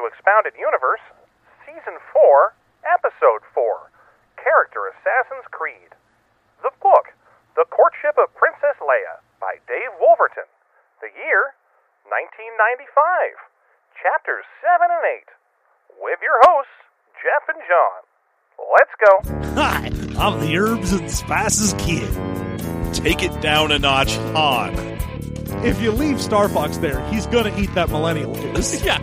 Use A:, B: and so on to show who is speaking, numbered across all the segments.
A: Expounded Universe, Season 4, Episode 4 Character Assassin's Creed. The book, The Courtship of Princess Leia by Dave Wolverton. The year, 1995. Chapters 7 and 8. With your hosts, Jeff and John. Let's go.
B: Hi, I'm the herbs and spices kid.
C: Take it down a notch, Han.
B: If you leave Star Fox there, he's gonna eat that millennial goose.
C: Yeah.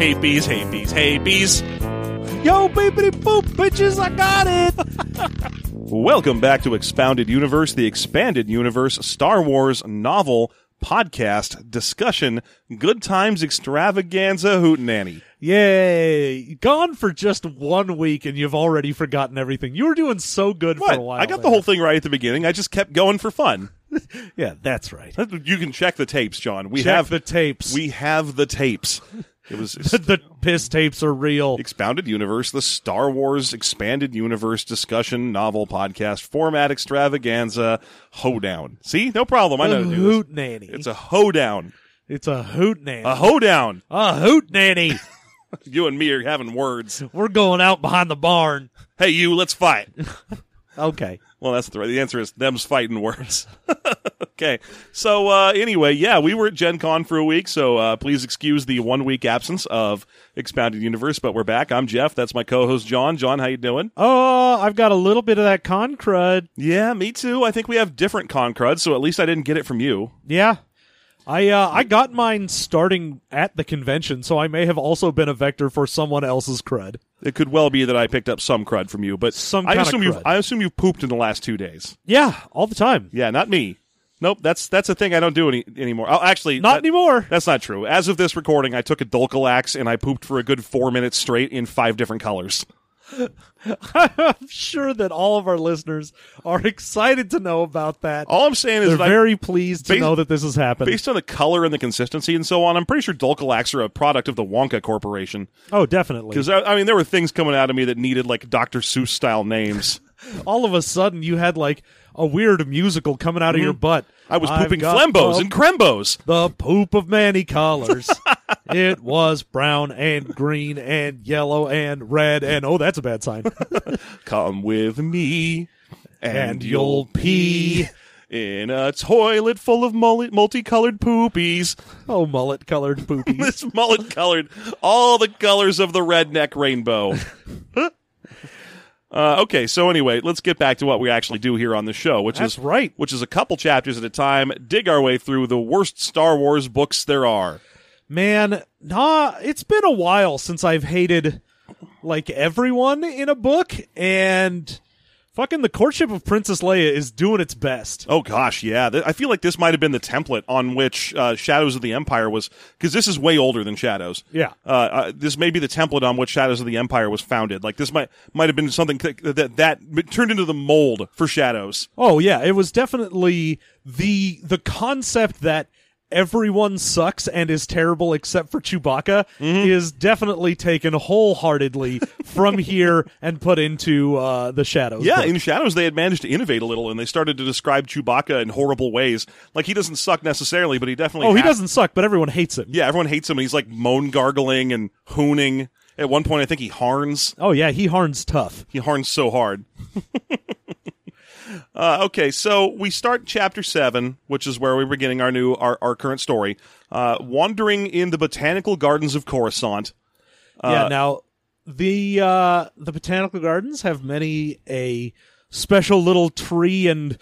C: Hey bees, hey bees, hey bees.
B: Yo, baby boop, bitches, I got it.
C: Welcome back to Expounded Universe, the Expanded Universe Star Wars novel podcast discussion. Good times extravaganza hootenanny.
B: Yay! Gone for just one week, and you've already forgotten everything. You were doing so good
C: What?
B: for a while.
C: I got the whole thing right at the beginning. I just kept going for fun.
B: thing. Yeah, that's right.
C: You can check the tapes, John. We
B: Check
C: have
B: the tapes.
C: we have the tapes. It was
B: the piss tapes are real.
C: Expounded Universe, the Star Wars Expanded Universe discussion novel podcast format extravaganza hoedown. See, no problem. I know.
B: a
C: how to do this.
B: hoot nanny.
C: It's a Uh-huh. hoedown.
B: it's a hoot nanny.
C: A hoedown.
B: a hoot nanny.
C: You and me are having words.
B: we're going out behind the barn.
C: Hey, you, let's fight.
B: Okay.
C: Well, that's the right. The answer is them's fighting words. okay. So uh, anyway, yeah, we were at Gen Con for a week, so uh, please excuse the one week absence of Expounded Universe, but we're back. I'm Jeff. That's my co-host John. John, how you doing?
B: Oh, I've got a little bit of that con crud.
C: Yeah, me too. I think we have different con cruds, so at least I didn't get it from you.
B: Yeah. I uh, I got mine starting at the convention, so I may have also been a vector for someone else's crud.
C: It could well be that I picked up some crud from you, but
B: Some
C: I
B: kind of
C: assume you've
B: crud.
C: I assume you've pooped in the last two days.
B: Yeah, all the time.
C: Yeah, not me. Nope, that's that's a thing I don't do any anymore. Oh, actually,
B: Not
C: that-
B: anymore.
C: That's not true. As of this recording, I took a Dulcolax and I pooped for a good four minutes straight in five different colors.
B: I'm sure that all of our listeners are excited to know about that.
C: All I'm saying
B: They're
C: is that I-
B: very pleased to
C: Based-
B: know that this has happened.
C: based on the color and the consistency and so on, I'm pretty sure Dulcolax are a product of the Wonka Corporation.
B: oh, definitely.
C: Because I, I mean, there were things coming out of me that needed like Dr. Seuss style names.
B: All of a sudden, you had like a weird musical coming out of your butt.
C: Mm-hmm. I was
B: I've
C: pooping
B: got
C: flembos
B: the-
C: and crembos.
B: the poop of many colors. it was brown and green and yellow and red and oh, that's a bad sign.
C: Come with me, and,
B: And
C: you'll
B: you'll
C: pee in a toilet full of mulli- multicolored poopies.
B: oh, mullet colored poopies.
C: This mullet colored, all the colors of the redneck rainbow. Uh, okay, so anyway, let's get back to what we actually do here on the show, which
B: That's
C: is
B: right.
C: which is a couple chapters at a time, dig our way through the worst Star Wars books there are.
B: Man, nah, it's been a while since I've hated like everyone in a book and fucking the courtship of Princess Leia is doing its best.
C: Oh gosh, yeah. Th- I feel like this might have been the template on which uh, Shadows of the Empire was, because this is way older than Shadows.
B: Yeah.
C: Uh, uh, this may be the template on which Shadows of the Empire was founded. Like this might might have been something that that, that turned into the mold for Shadows.
B: Oh yeah, it was definitely the the concept that everyone sucks and is terrible except for Chewbacca
C: Mm-hmm.
B: is definitely taken wholeheartedly from here and put into uh, the shadows.
C: Yeah,
B: book.
C: in Shadows they had managed to innovate a little, and they started to describe Chewbacca in horrible ways. Like he doesn't suck necessarily, but he definitely.
B: oh, he
C: has-
B: doesn't suck, but everyone hates him.
C: Yeah, everyone hates him, and he's like moan gargling and hooning. At one point, I think he harns.
B: Oh yeah, he harns tough.
C: He harns so hard. uh, okay, so we start chapter seven, which is where we were getting our new our, our current story. Uh, wandering in the botanical gardens of Coruscant. Uh,
B: yeah. Now the uh, the botanical gardens have many a special little tree and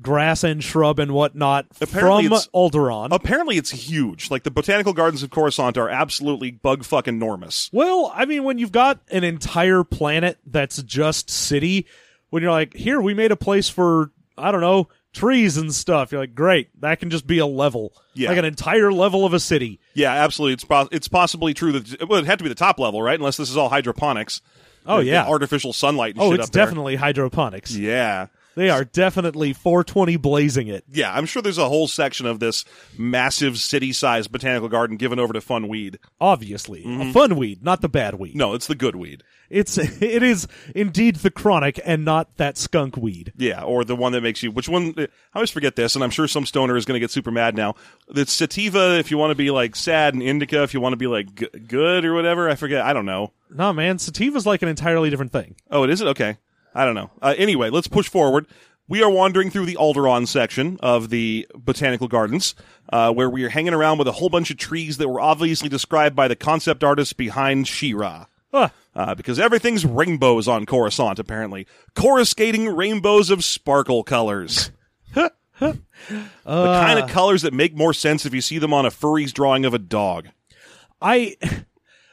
B: grass and shrub and whatnot
C: Apparently
B: from
C: it's-
B: Alderaan.
C: Apparently, it's huge. Like the botanical gardens of Coruscant are absolutely bug fucking enormous.
B: Well, I mean, when you've got an entire planet that's just city, when you're like, here, we made a place for, I don't know, trees and stuff, you're like, great, that can just be a level.
C: Yeah.
B: Like an entire level of a city.
C: Yeah, absolutely. It's pos- it's possibly true that well, it had to be the top level, right? Unless this is all hydroponics.
B: Oh,
C: Like,
B: yeah.
C: artificial sunlight. And
B: Oh,
C: shit
B: it's
C: up there.
B: definitely hydroponics.
C: Yeah.
B: They are definitely 420 blazing it.
C: Yeah, I'm sure there's a whole section of this massive city-sized botanical garden given over to fun weed.
B: Obviously, a fun weed, not the bad weed.
C: Mm-hmm. No, it's the good weed.
B: It's it is indeed the chronic and not that skunk weed.
C: Yeah, or the one that makes you. Which one? I always forget this, and I'm sure some stoner is going to get super mad now. It's sativa if you want to be like sad, and indica if you want to be like g- good or whatever. I forget. I don't know.
B: No, man, sativa's like an entirely different thing.
C: Oh, it isn't? Okay. I don't know. Uh, anyway, let's push forward. We are wandering through the Alderon section of the Botanical Gardens, uh, where we are hanging around with a whole bunch of trees that were obviously described by the concept artist behind She-Ra.
B: Huh.
C: Uh, because everything's rainbows on Coruscant, apparently. Coruscating rainbows of sparkle colors. the
B: Uh.
C: kind of colors that make more sense if you see them on a furry's drawing of a dog.
B: I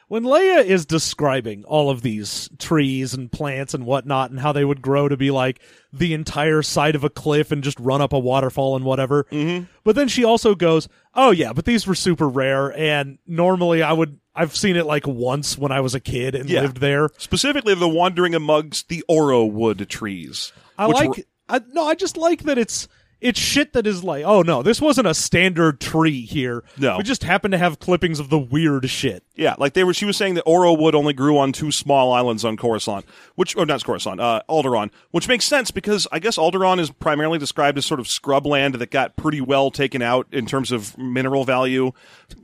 B: when Leia is describing all of these trees and plants and whatnot and how they would grow to be like the entire side of a cliff and just run up a waterfall and whatever. Mm-hmm. But then she also goes, "Oh yeah, but these were super rare and normally I would I've seen it like once when I was a kid and
C: Yeah.
B: lived there."
C: Specifically, the wandering amongst the Oro wood trees.
B: I
C: which
B: like
C: were-
B: I, no, I just like that it's it's shit that is like, "Oh no, this wasn't a standard tree here.
C: No.
B: We just happen to have clippings of the weird shit."
C: Yeah, like they were. She was saying that Oro wood only grew on two small islands on Coruscant, which or not Coruscant, uh, Alderaan, which makes sense because I guess Alderaan is primarily described as sort of scrubland that got pretty well taken out in terms of mineral value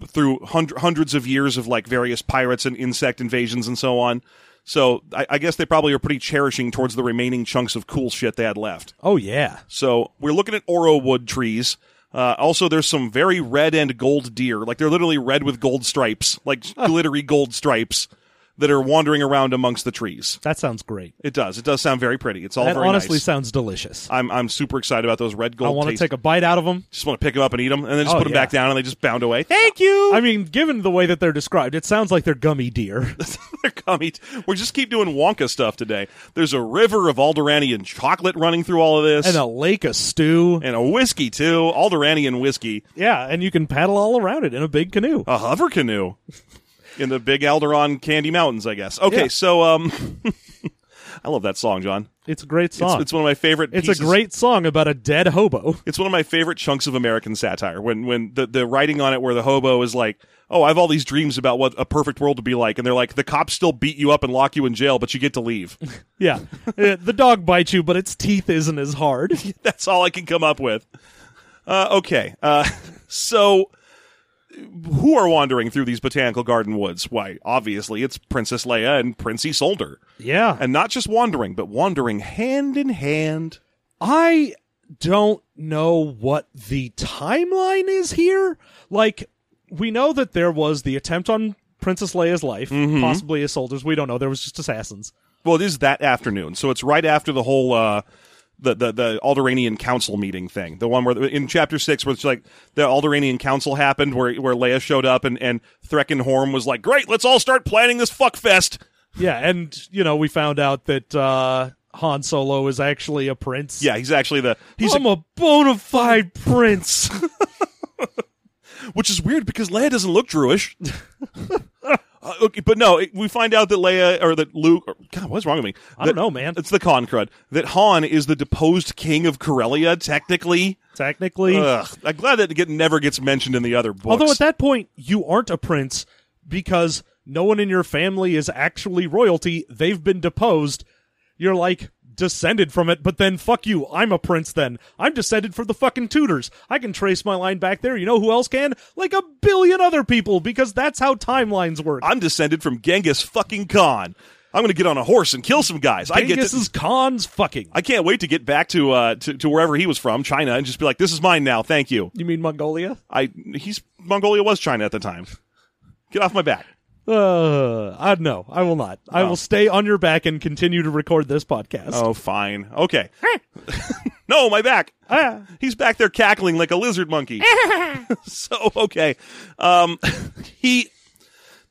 C: through hun- hundreds of years of like various pirates and insect invasions and so on. So I, I guess they probably are pretty cherishing towards the remaining chunks of cool shit they had left.
B: Oh yeah.
C: So we're looking at Oro wood trees. Uh, also, there's some very red and gold deer. Like they're literally red with gold stripes, like glittery gold stripes that are wandering around amongst the trees.
B: That sounds great.
C: It does. It does sound very pretty. It's all
B: That
C: very
B: honestly
C: nice.
B: sounds delicious.
C: I'm I'm super excited about those red
B: I
C: gold.
B: want to
C: taste-
B: take a bite out of them.
C: just want to pick them up and eat them, and then just
B: Oh,
C: put them
B: yeah.
C: back down, and they just bound away. Thank you.
B: I mean, given the way that they're described, it sounds like they're gummy deer.
C: They're gummy. We just keep doing Wonka stuff today. There's a river of Alderanian chocolate running through all of this,
B: and a lake of stew.
C: and a whiskey too. Alderanian whiskey.
B: Yeah, and you can paddle all around it in a big canoe.
C: A hover canoe in the Big Alderon Candy Mountains, I guess. Okay,
B: Yeah.
C: so um, I love that song, John.
B: It's a great
C: It's,
B: song.
C: it's one of my favorite.
B: It's,
C: pieces-
B: a great song about a dead hobo.
C: It's one of my favorite chunks of American satire. When when the the writing on it, where the hobo is like, "Oh, I have all these dreams about what a perfect world would be like," and they're like, "The cops still beat you up and lock you in jail, but you get to leave."
B: Yeah. Uh, the dog bites you, but its teeth isn't as hard.
C: That's all I can come up with. Uh, okay, uh, so who are wandering through these botanical garden woods? Why, obviously, it's Princess Leia and Prince Isolde.
B: Yeah.
C: and not just wandering, but wandering hand in hand.
B: I don't know what the timeline is here. Like, we know that there was the attempt on Princess Leia's life,
C: Mm-hmm.
B: possibly as soldiers. We don't know. There was just assassins.
C: Well, it is that afternoon, so it's right after the whole uh, the the the Alderanian Council meeting thing, the one where in chapter six, where it's like the Alderanian Council happened, where where Leia showed up and and Threckenhorn was like, "Great, let's all start planning this fuck fest."
B: Yeah, and you know, we found out that uh Han Solo is actually a prince.
C: Yeah, he's actually the he's
B: I'm a, bona fide prince.
C: which is weird because Leia doesn't look Jewish. Uh, okay, but no, it, we find out that Leia or that Luke. Or, God, what's wrong with me?
B: I don't
C: That-
B: know, man.
C: It's the con crud that Han is the deposed king of Corellia, technically.
B: Technically,
C: Ugh, I'm glad that it get, never gets mentioned in the other books.
B: although at that point you aren't a prince because no one in your family is actually royalty. They've been deposed. You're like descended from it, but then fuck you. I'm a prince. Then I'm descended from the fucking Tudors. I can trace my line back there. You know who else can? Like a billion other people, because that's how timelines work.
C: I'm descended from Genghis fucking Khan. I'm going to get on a horse and kill some guys. I get
B: Genghis
C: to,
B: is Khan's fucking.
C: I can't wait to get back to, uh, to to wherever he was from, China, and just be like, "This is mine now. Thank you."
B: You mean Mongolia?
C: I he's Mongolia was China at the time. Get off my back.
B: Uh, I no, I will not. I will stay on your back and continue to record this podcast.
C: Oh, fine. Okay. no, my back. He's back there cackling like a lizard monkey. so, okay. Um, he.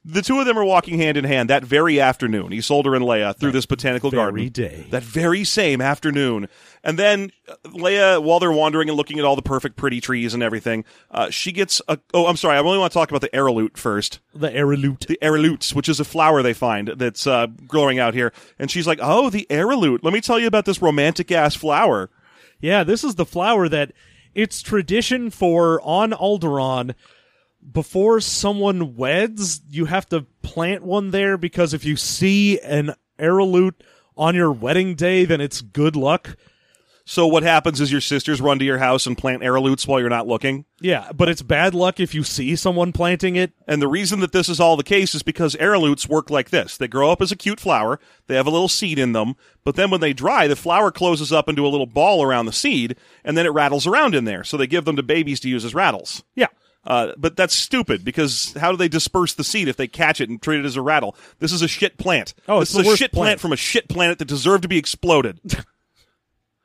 C: The two of them are walking hand in hand that very afternoon. Isolde and Leia through this botanical
B: Every
C: garden.
B: day.
C: That very same afternoon. And then uh, Leia, while they're wandering and looking at all the perfect, pretty trees and everything, uh, she gets a. Oh, I'm sorry. I only want to talk about the Araloot first
B: the Araloot.
C: the araloot, which is a flower they find that's uh, growing out here. And she's like, "Oh, the araloot. Let me tell you about this romantic ass flower."
B: Yeah, this is the flower that it's tradition for on Alderaan. Before someone weds, you have to plant one there because if you see an arrowroot on your wedding day, then it's good luck.
C: So what happens is your sisters run to your house and plant arrowroots while you're not looking.
B: Yeah, but it's bad luck if you see someone planting it.
C: And the reason that this is all the case is because arrowroots work like this. They grow up as a cute flower. They have a little seed in them, but then when they dry, the flower closes up into a little ball around the seed, and then it rattles around in there. So they give them to babies to use as rattles.
B: Yeah.
C: Uh, but that's stupid because how do they disperse the seed if they catch it and treat it as a rattle? This is a shit plant.
B: Oh,
C: this
B: it's
C: is
B: the
C: a
B: worst
C: shit
B: plant.
C: from a shit planet that deserved to be exploded.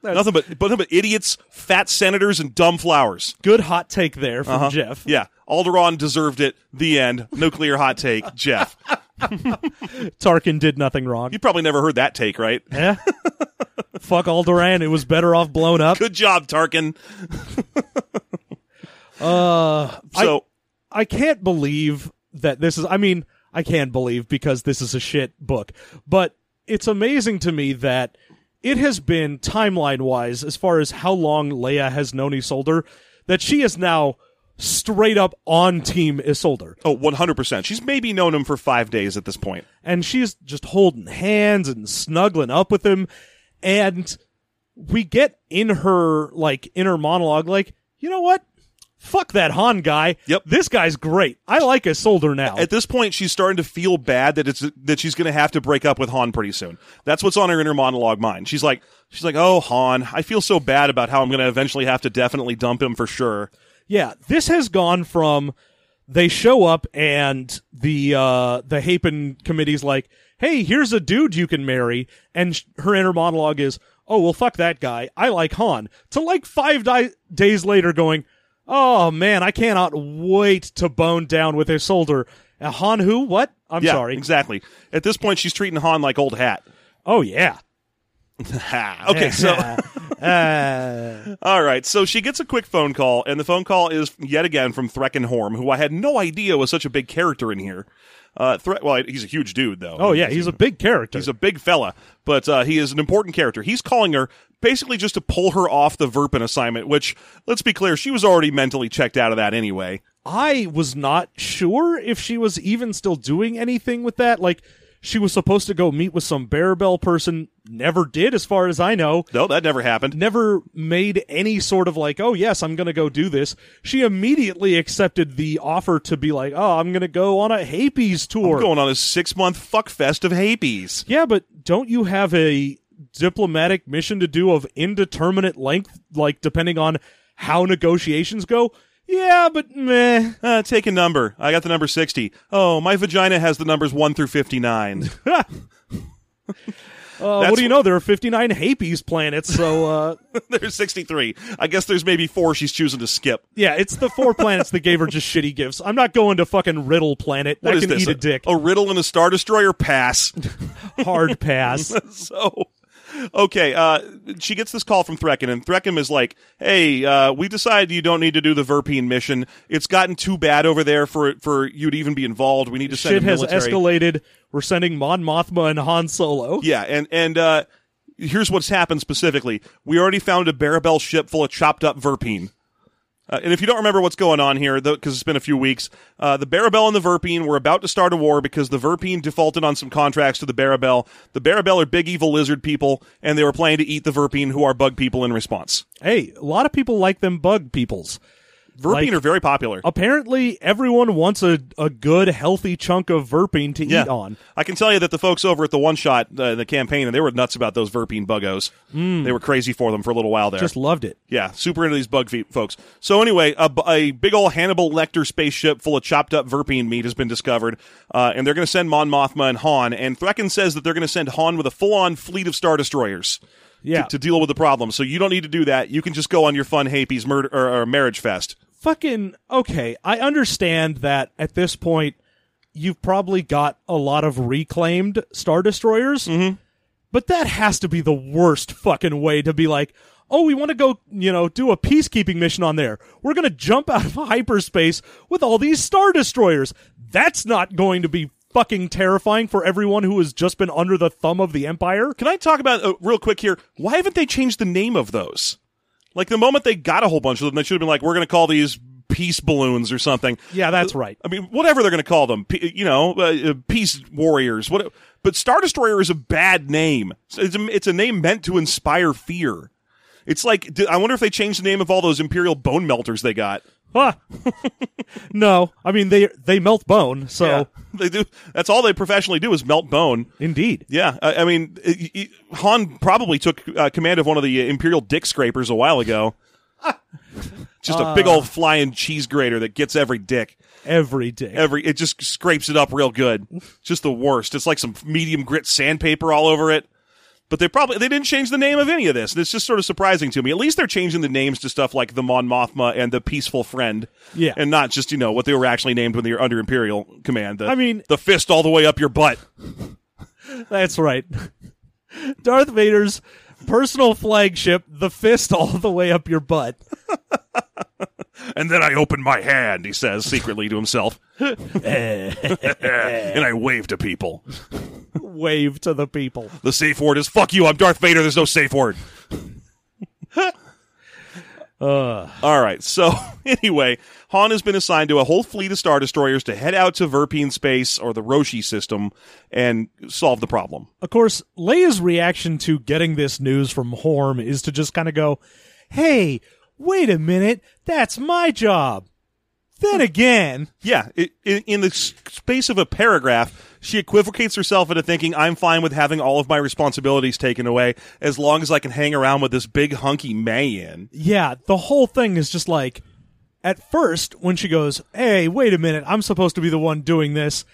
C: nothing but, but nothing but idiots, fat senators, and dumb flowers.
B: Good hot take there from Jeff.
C: Yeah, Alderon deserved it. The end. Nuclear hot take, Jeff.
B: Tarkin did nothing wrong.
C: You probably never heard that take, right?
B: Yeah. Eh? Fuck Alderaan. It was better off blown up.
C: Good job, Tarkin. so
B: Uh, I can't believe that this is. I mean, I can believe because this is a shit book, but it's amazing to me that it has been timeline wise as far as how long Leia has known Isolde that she is now straight up on Team Isolde,
C: oh, 100%. She's maybe known him for five days at this point.
B: and she's just holding hands and snuggling up with him, and we get in her like inner monologue, like you know what. Fuck that Han guy.
C: Yep.
B: This guy's great. I like Isolde now.
C: At this point, she's starting to feel bad that it's that she's going to have to break up with Han pretty soon. That's what's on her inner monologue mind. She's like, she's like, oh Han, I feel so bad about how I'm going to eventually have to definitely dump him for sure.
B: Yeah, this has gone from they show up and the uh the Hapen committee's like, "Hey, here's a dude you can marry," and sh- her inner monologue is, "Oh well, fuck that guy. I like Han." To like five di- days later, going, "Oh man, I cannot wait to bone down with his soldier." Uh, Han who? What? I'm
C: yeah,
B: sorry.
C: exactly. At this point, she's treating Han like old hat.
B: oh yeah.
C: okay, so
B: Uh,
C: All right, so she gets a quick phone call, and the phone call is yet again from Threckenhorm, who I had no idea was such a big character in here. Uh, Thre- well, he's a huge dude, though.
B: oh yeah, he's a big character.
C: He's a big fella, but uh, he is an important character. He's calling her basically just to pull her off the Verpin assignment, which, let's be clear, she was already mentally checked out of that anyway.
B: I was not sure if she was even still doing anything with that. Like, she was supposed to go meet with some Bearbell person, never did, as far as I know.
C: No, that never happened.
B: Never made any sort of like, oh, yes, I'm going to go do this. She immediately accepted the offer to be like, oh, I'm going to go on a Hapes tour.
C: We're going on a six month fuckfest of Hapes.
B: yeah, but don't you have a diplomatic mission to do of indeterminate length, like, depending on how negotiations go? Yeah, but meh.
C: Uh, take a number. I got the number 60. Oh, my vagina has the numbers 1 through 59.
B: Uh, what
C: That's
B: do you know? There are 59 Hapes planets, so uh,
C: There's 63. I guess there's maybe four she's choosing to skip.
B: yeah, it's the four planets that gave her just shitty gifts. I'm not going to fucking Riddle Planet.
C: What
B: That
C: is
B: can
C: this?
B: eat a dick.
C: riddle and a Oh. star destroyer pass.
B: Hard pass.
C: so, okay, uh, she gets this call from Threkken, and Threkken is like, "Hey, uh, we decided you don't need to do the Verpine mission. It's gotten too bad over there for for you to even be involved. We need to send
B: Shit
C: a
B: has
C: military."
B: escalated. We're sending Mon Mothma and Han Solo.
C: Yeah, and and uh, here's what's happened specifically. We already found a Barabel ship full of chopped up Verpine. Uh, and if you don't remember what's going on here, because it's been a few weeks, uh, the Barabel and the Verpine were about to start a war because the Verpine defaulted on some contracts to the Barabel. The Barabel are big evil lizard people, and they were planning to eat the Verpine, who are bug people in response.
B: Hey, a lot of people like them bug peoples.
C: Verpine
B: Like-
C: are very popular.
B: Apparently, everyone wants a, a good, healthy chunk of Verpine to
C: Yeah.
B: eat on.
C: I can tell you that the folks over at the One Shot, uh, the campaign, and they were nuts about those Verpine buggos. They were crazy for them for a little while there.
B: Hmm. Just loved it.
C: Yeah, super into these bug feet, folks. So anyway, a, bu- a big old Hannibal Lecter spaceship full of chopped up verpine meat has been discovered, uh, and they're going to send Mon Mothma and Han. And Threkken says that they're going to send Han with a full-on fleet of star destroyers
B: Yeah.
C: to, to deal with the problem. So you don't need to do that. You can just go on your fun Hapes murder or, or marriage fest.
B: fucking okay i understand that at this point you've probably got a lot of reclaimed star destroyers but that has to be the worst fucking way to be like oh we want to go you know do a peacekeeping mission on there we're going to jump out of hyperspace with all these star destroyers that's not going to be fucking terrifying for everyone who has just been under the thumb of the empire
C: Can I talk about uh, real quick here? Why haven't they changed the name of those? Like the moment they got a whole bunch of them, they should have been like, "We're going to call these peace balloons or something."
B: Yeah, that's right.
C: I mean, whatever they're going to call them, P- you know, uh, uh, peace warriors. What? But Star Destroyer is a bad name. It's it's a, it's a name meant to inspire fear. It's like d- I wonder if they changed the name of all those Imperial bone melters they got.
B: Huh. no, I mean they they melt bone. So
C: they do. That's all they professionally do is melt bone.
B: indeed,
C: Yeah, I, I mean, it, it, Han probably took uh, command of one of the uh, Imperial dick scrapers a while ago. just a
B: Uh.
C: big old flying cheese grater that gets every dick.
B: every day.
C: Every it just scrapes it up real good. Just the worst. It's like some medium grit sandpaper all over it. But they probably they didn't change the name of any of this. It's just sort of surprising to me. At least they're changing the names to stuff like the Mon Mothma and the Peaceful Friend.
B: Yeah.
C: and not just you know what they were actually named when they were under Imperial command. The,
B: I mean-
C: the fist all the way up your butt.
B: That's right. Darth Vader's personal flagship, the fist all the way up your butt.
C: And then I opened my hand, he says secretly to himself. and I wave to people.
B: Wave to the people.
C: The safe word is fuck you, I'm Darth Vader, there's no safe word. All right, so anyway, Han has been assigned to a whole fleet of Star Destroyers to head out to Verpine space or the Roshi system and solve the problem.
B: Of course, Leia's reaction to getting this news from Horm is to just kind of go, "Hey, wait a minute, that's my job." Then again,
C: Yeah, i in, in the s- space of a paragraph, she equivocates herself into thinking, I'm fine with having all of my responsibilities taken away as long as I can hang around with this big hunky man.
B: yeah, the whole thing is just like at first when she goes, "Hey, wait a minute, I'm supposed to be the one doing this."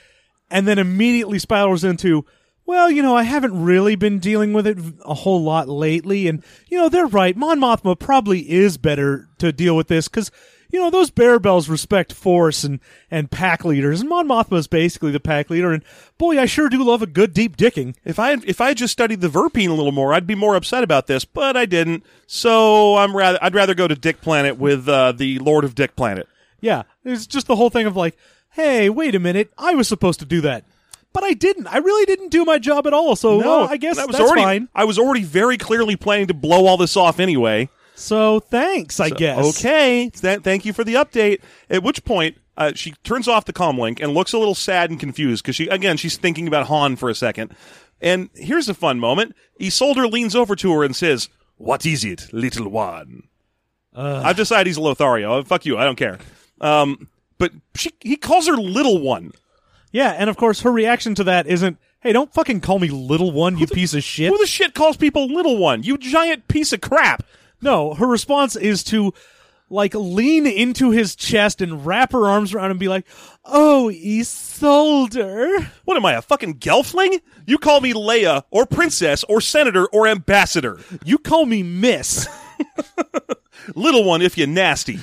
B: And then immediately spirals into, "Well, you know, I haven't really been dealing with it a whole lot lately and you know, they're right. Mon Mothma probably is better to deal with this cuz you know, those bear bells respect force and and pack leaders. And Mon Mothma is basically the pack leader and boy, I sure do love a good deep dicking.
C: If I if I had just studied the verpine a little more, I'd be more upset about this, but I didn't. So I'm rather I'd rather go to Dick Planet with uh, the Lord of Dick Planet.
B: Yeah, it's just the whole thing of like, hey, wait a minute, I was supposed to do that, but I didn't. I really didn't do my job at all. So well, I guess
C: that was
B: that's
C: already
B: fine.
C: I was already very clearly planning to blow all this off anyway.
B: So thanks, I guess.
C: Okay, th- thank you for the update. At which point, uh, she turns off the comm link and looks a little sad and confused because she, again, she's thinking about Han for a second. And here's a fun moment. Isolder leans over to her and says, "What is it, little one?" I've decided he's a Lothario. Uh, Fuck you. I don't care. Um, but she, he calls her little one.
B: Yeah, and of course her reaction to that isn't, hey, don't fucking call me little one, you piece of shit.
C: Who the shit calls people little one? You giant piece of crap.
B: no, her response is to like lean into his chest and wrap her arms around and be like, "Oh, Isolder."
C: What am I, a fucking gelfling? You call me Leia or princess or senator or ambassador.
B: You call me miss.
C: little one if you nasty.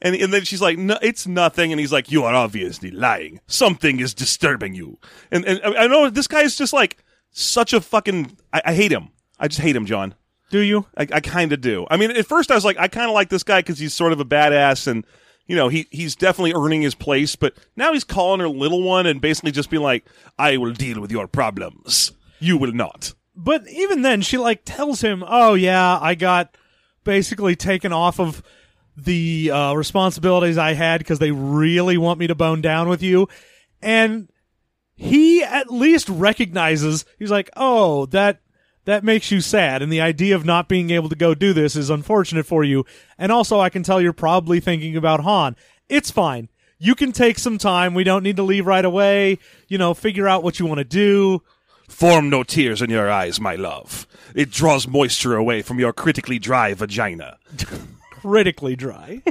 C: and and then she's like, no, it's nothing. And he's like, you are obviously lying. Something is disturbing you. And and I I know this guy is just like such a fucking. I, I hate him. I just hate him, John.
B: do you?
C: I, I kind of do. I mean, at first I was like, I kind of like this guy because he's sort of a badass and. You know, he he's definitely earning his place, but now he's calling her little one and basically just being like, "I will deal with your problems. You will not."
B: but even then she like tells him oh yeah i got basically taken off of the uh, responsibilities i had because they really want me to bone down with you and he at least recognizes he's like oh that that makes you sad and the idea of not being able to go do this is unfortunate for you and also i can tell you're probably thinking about han it's fine you can take some time we don't need to leave right away you know figure out what you want to do
C: Form no tears in your eyes, my love. It draws moisture away from your critically dry vagina.
B: critically dry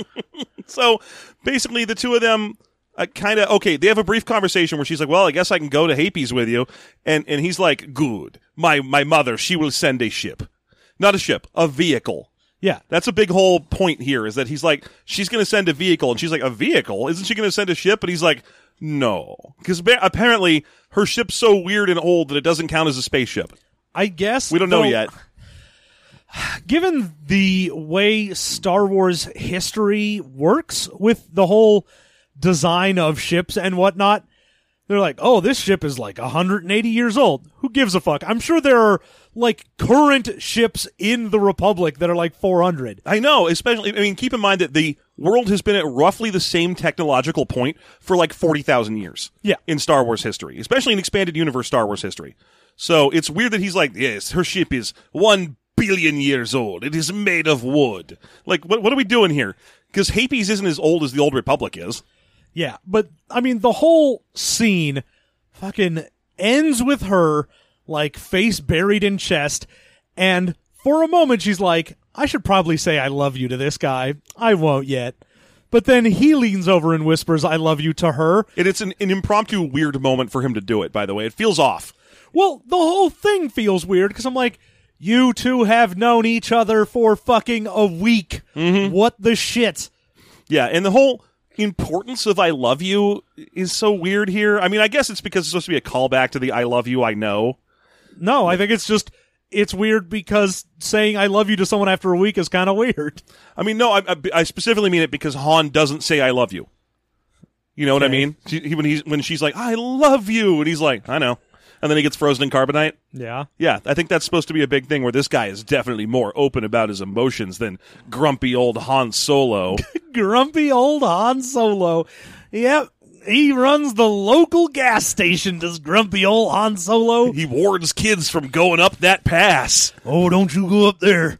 C: So basically, the two of them uh, kind of okay. They have a brief conversation where she's like, "Well, I guess I can go to Hapes with you," and and he's like, "Good. My my mother, she will send a ship, not a ship, a vehicle."
B: yeah
C: That's a big whole point here is that he's like, she's going to send a vehicle. And she's like, a vehicle? Isn't she going to send a ship? And he's like, no. Because apparently her ship's so weird and old that it doesn't count as a spaceship.
B: I guess
C: We don't know
B: though,
C: yet.
B: Given the way Star Wars history works with the whole design of ships and whatnot, they're like, "Oh, this ship is like 180 years old. Who gives a fuck?" I'm sure there are like current ships in the Republic that are like 400.
C: I know, especially. I mean, keep in mind that the world has been at roughly the same technological point for like forty thousand years.
B: Yeah.
C: in Star Wars history, especially in expanded universe Star Wars history. So it's weird that he's like, "Yes, her ship is one billion years old. It is made of wood." Like, what what are we doing here? Because Hapes isn't as old as the old Republic is.
B: Yeah, but I mean the whole scene fucking ends with her like face buried in chest and for a moment she's like I should probably say I love you to this guy. I won't yet. But then he leans over and whispers I love you to her.
C: And it's an, an impromptu weird moment for him to do it. By the way, it feels off.
B: Well, the whole thing feels weird because I'm like, you two have known each other for fucking a week. What the shit?
C: Yeah, and the whole importance of I love you is so weird here. I mean, I guess it's because it's supposed to be a callback to the I love you, I know.
B: No, I think it's just it's weird because saying I love you to someone after a week is kind of weird.
C: I mean, no, I, I, I specifically mean it because Han doesn't say I love you. You know what I mean? She, he, when he's when she's like I love you, and he's like I know, and then he gets frozen in carbonite.
B: Yeah.
C: Yeah, I think that's supposed to be a big thing where this guy is definitely more open about his emotions than grumpy old Han Solo.
B: Grumpy old Han Solo. Yep. He runs the local gas station, does grumpy old Han Solo.
C: he warns kids from going up that pass.
B: Oh, don't you go up there.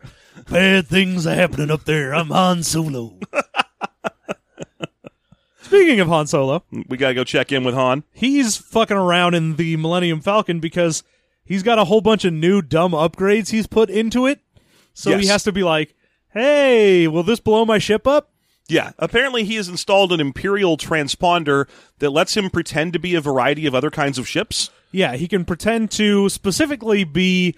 B: Bad things are happening up there. I'm Han Solo. Speaking of Han Solo,
C: We gotta go check in with Han.
B: he's fucking around in the Millennium Falcon because he's got a whole bunch of new dumb upgrades he's put into it. So he
C: Yes.
B: has to be like, "Hey, will this blow my ship up?"
C: Yeah, apparently he has installed an Imperial transponder that lets him pretend to be a variety of other kinds of ships.
B: Yeah, he can pretend to specifically be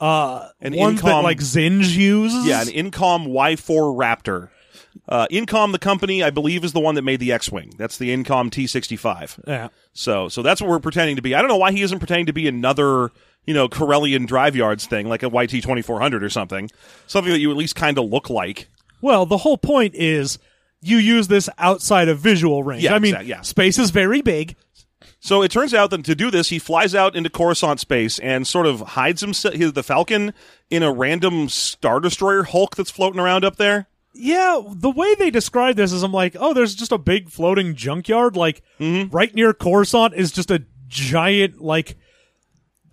B: uh
C: An
B: ones that
C: incom-
B: like Zinj uses.
C: Yeah, an Incom Y4 Raptor. Uh, Incom, the company, I believe, is the one that made the X-wing. That's the Incom T65.
B: yeah.
C: So, so that's what we're pretending to be. I don't know why he isn't pretending to be another, you know, Corellian drive yards thing, like a YT2400 or something, something that you at least kind of look like.
B: Well, the whole point is you use this outside of visual range.
C: Yeah,
B: I mean,
C: exact- yeah.
B: space is very big.
C: So it turns out that to do this, he flies out into Coruscant space and sort of hides himself, his, the Falcon, in a random Star Destroyer Hulk that's floating around up there.
B: Yeah, the way they describe this is I'm like, oh, there's just a big floating junkyard. Like,
C: Mm-hmm.
B: right near Coruscant is just a giant, like,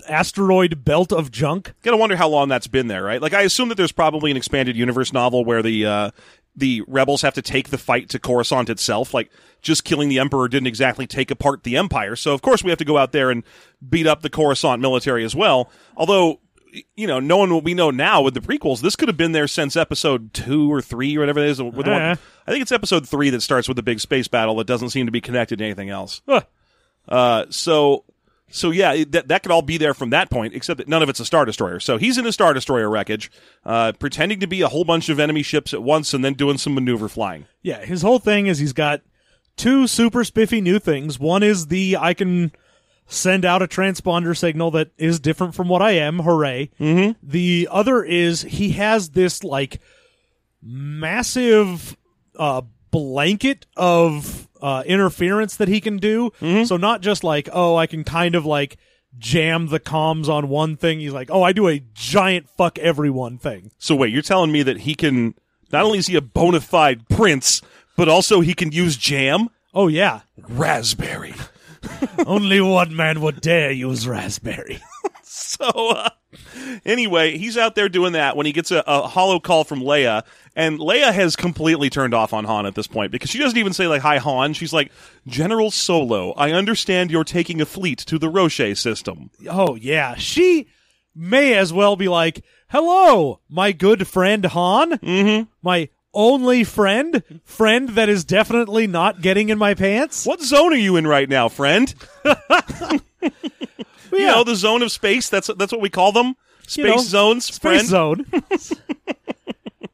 B: asteroid belt of junk.
C: Gotta wonder how long that's been there, right? Like, I assume that there's probably an expanded universe novel where the, uh, the rebels have to take the fight to Coruscant itself. Like, just killing the Emperor didn't exactly take apart the Empire. So, of course, we have to go out there and beat up the Coruscant military as well. Although, y- you know, knowing what we know now with the prequels, this could have been there since episode two or three or whatever it is. With the
B: Uh-huh.
C: one, I think it's episode three that starts with the big space battle that doesn't seem to be connected to anything else.
B: Huh.
C: Uh, so, so yeah, it- that that could all be there from that point, except that none of it's a star destroyer. So he's in a star destroyer wreckage, uh, pretending to be a whole bunch of enemy ships at once, and then doing some maneuver flying.
B: Yeah, his whole thing is he's got two super spiffy new things. One is the I can send out a transponder signal that is different from what I am. Hooray. Mm-hmm. The other is he has this, like, massive uh, blanket of uh, interference that he can do. So not just like, oh, I can kind of like jam the comms on one thing. He's like, oh, I do a giant fuck everyone thing.
C: So wait, you're telling me that he can not only is he a bona fide prince, but also he can use jam
B: Oh yeah.
C: raspberry.
B: Only one man would dare use raspberry.
C: So uh, anyway, he's out there doing that when he gets a, a hollow call from Leia, and Leia has completely turned off on Han at this point because she doesn't even say like "Hi Han." She's like, "General Solo, I understand you're taking a fleet to the Roche system."
B: Oh yeah, she may as well be like, "Hello, my good friend Han, mm-hmm. my only friend, friend that is definitely not getting in my pants."
C: What zone are you in right now, friend?
B: Well,
C: You
B: yeah,
C: know the zone of space. That's that's what we call them. Space
B: You know,
C: zones, friend.
B: space zone.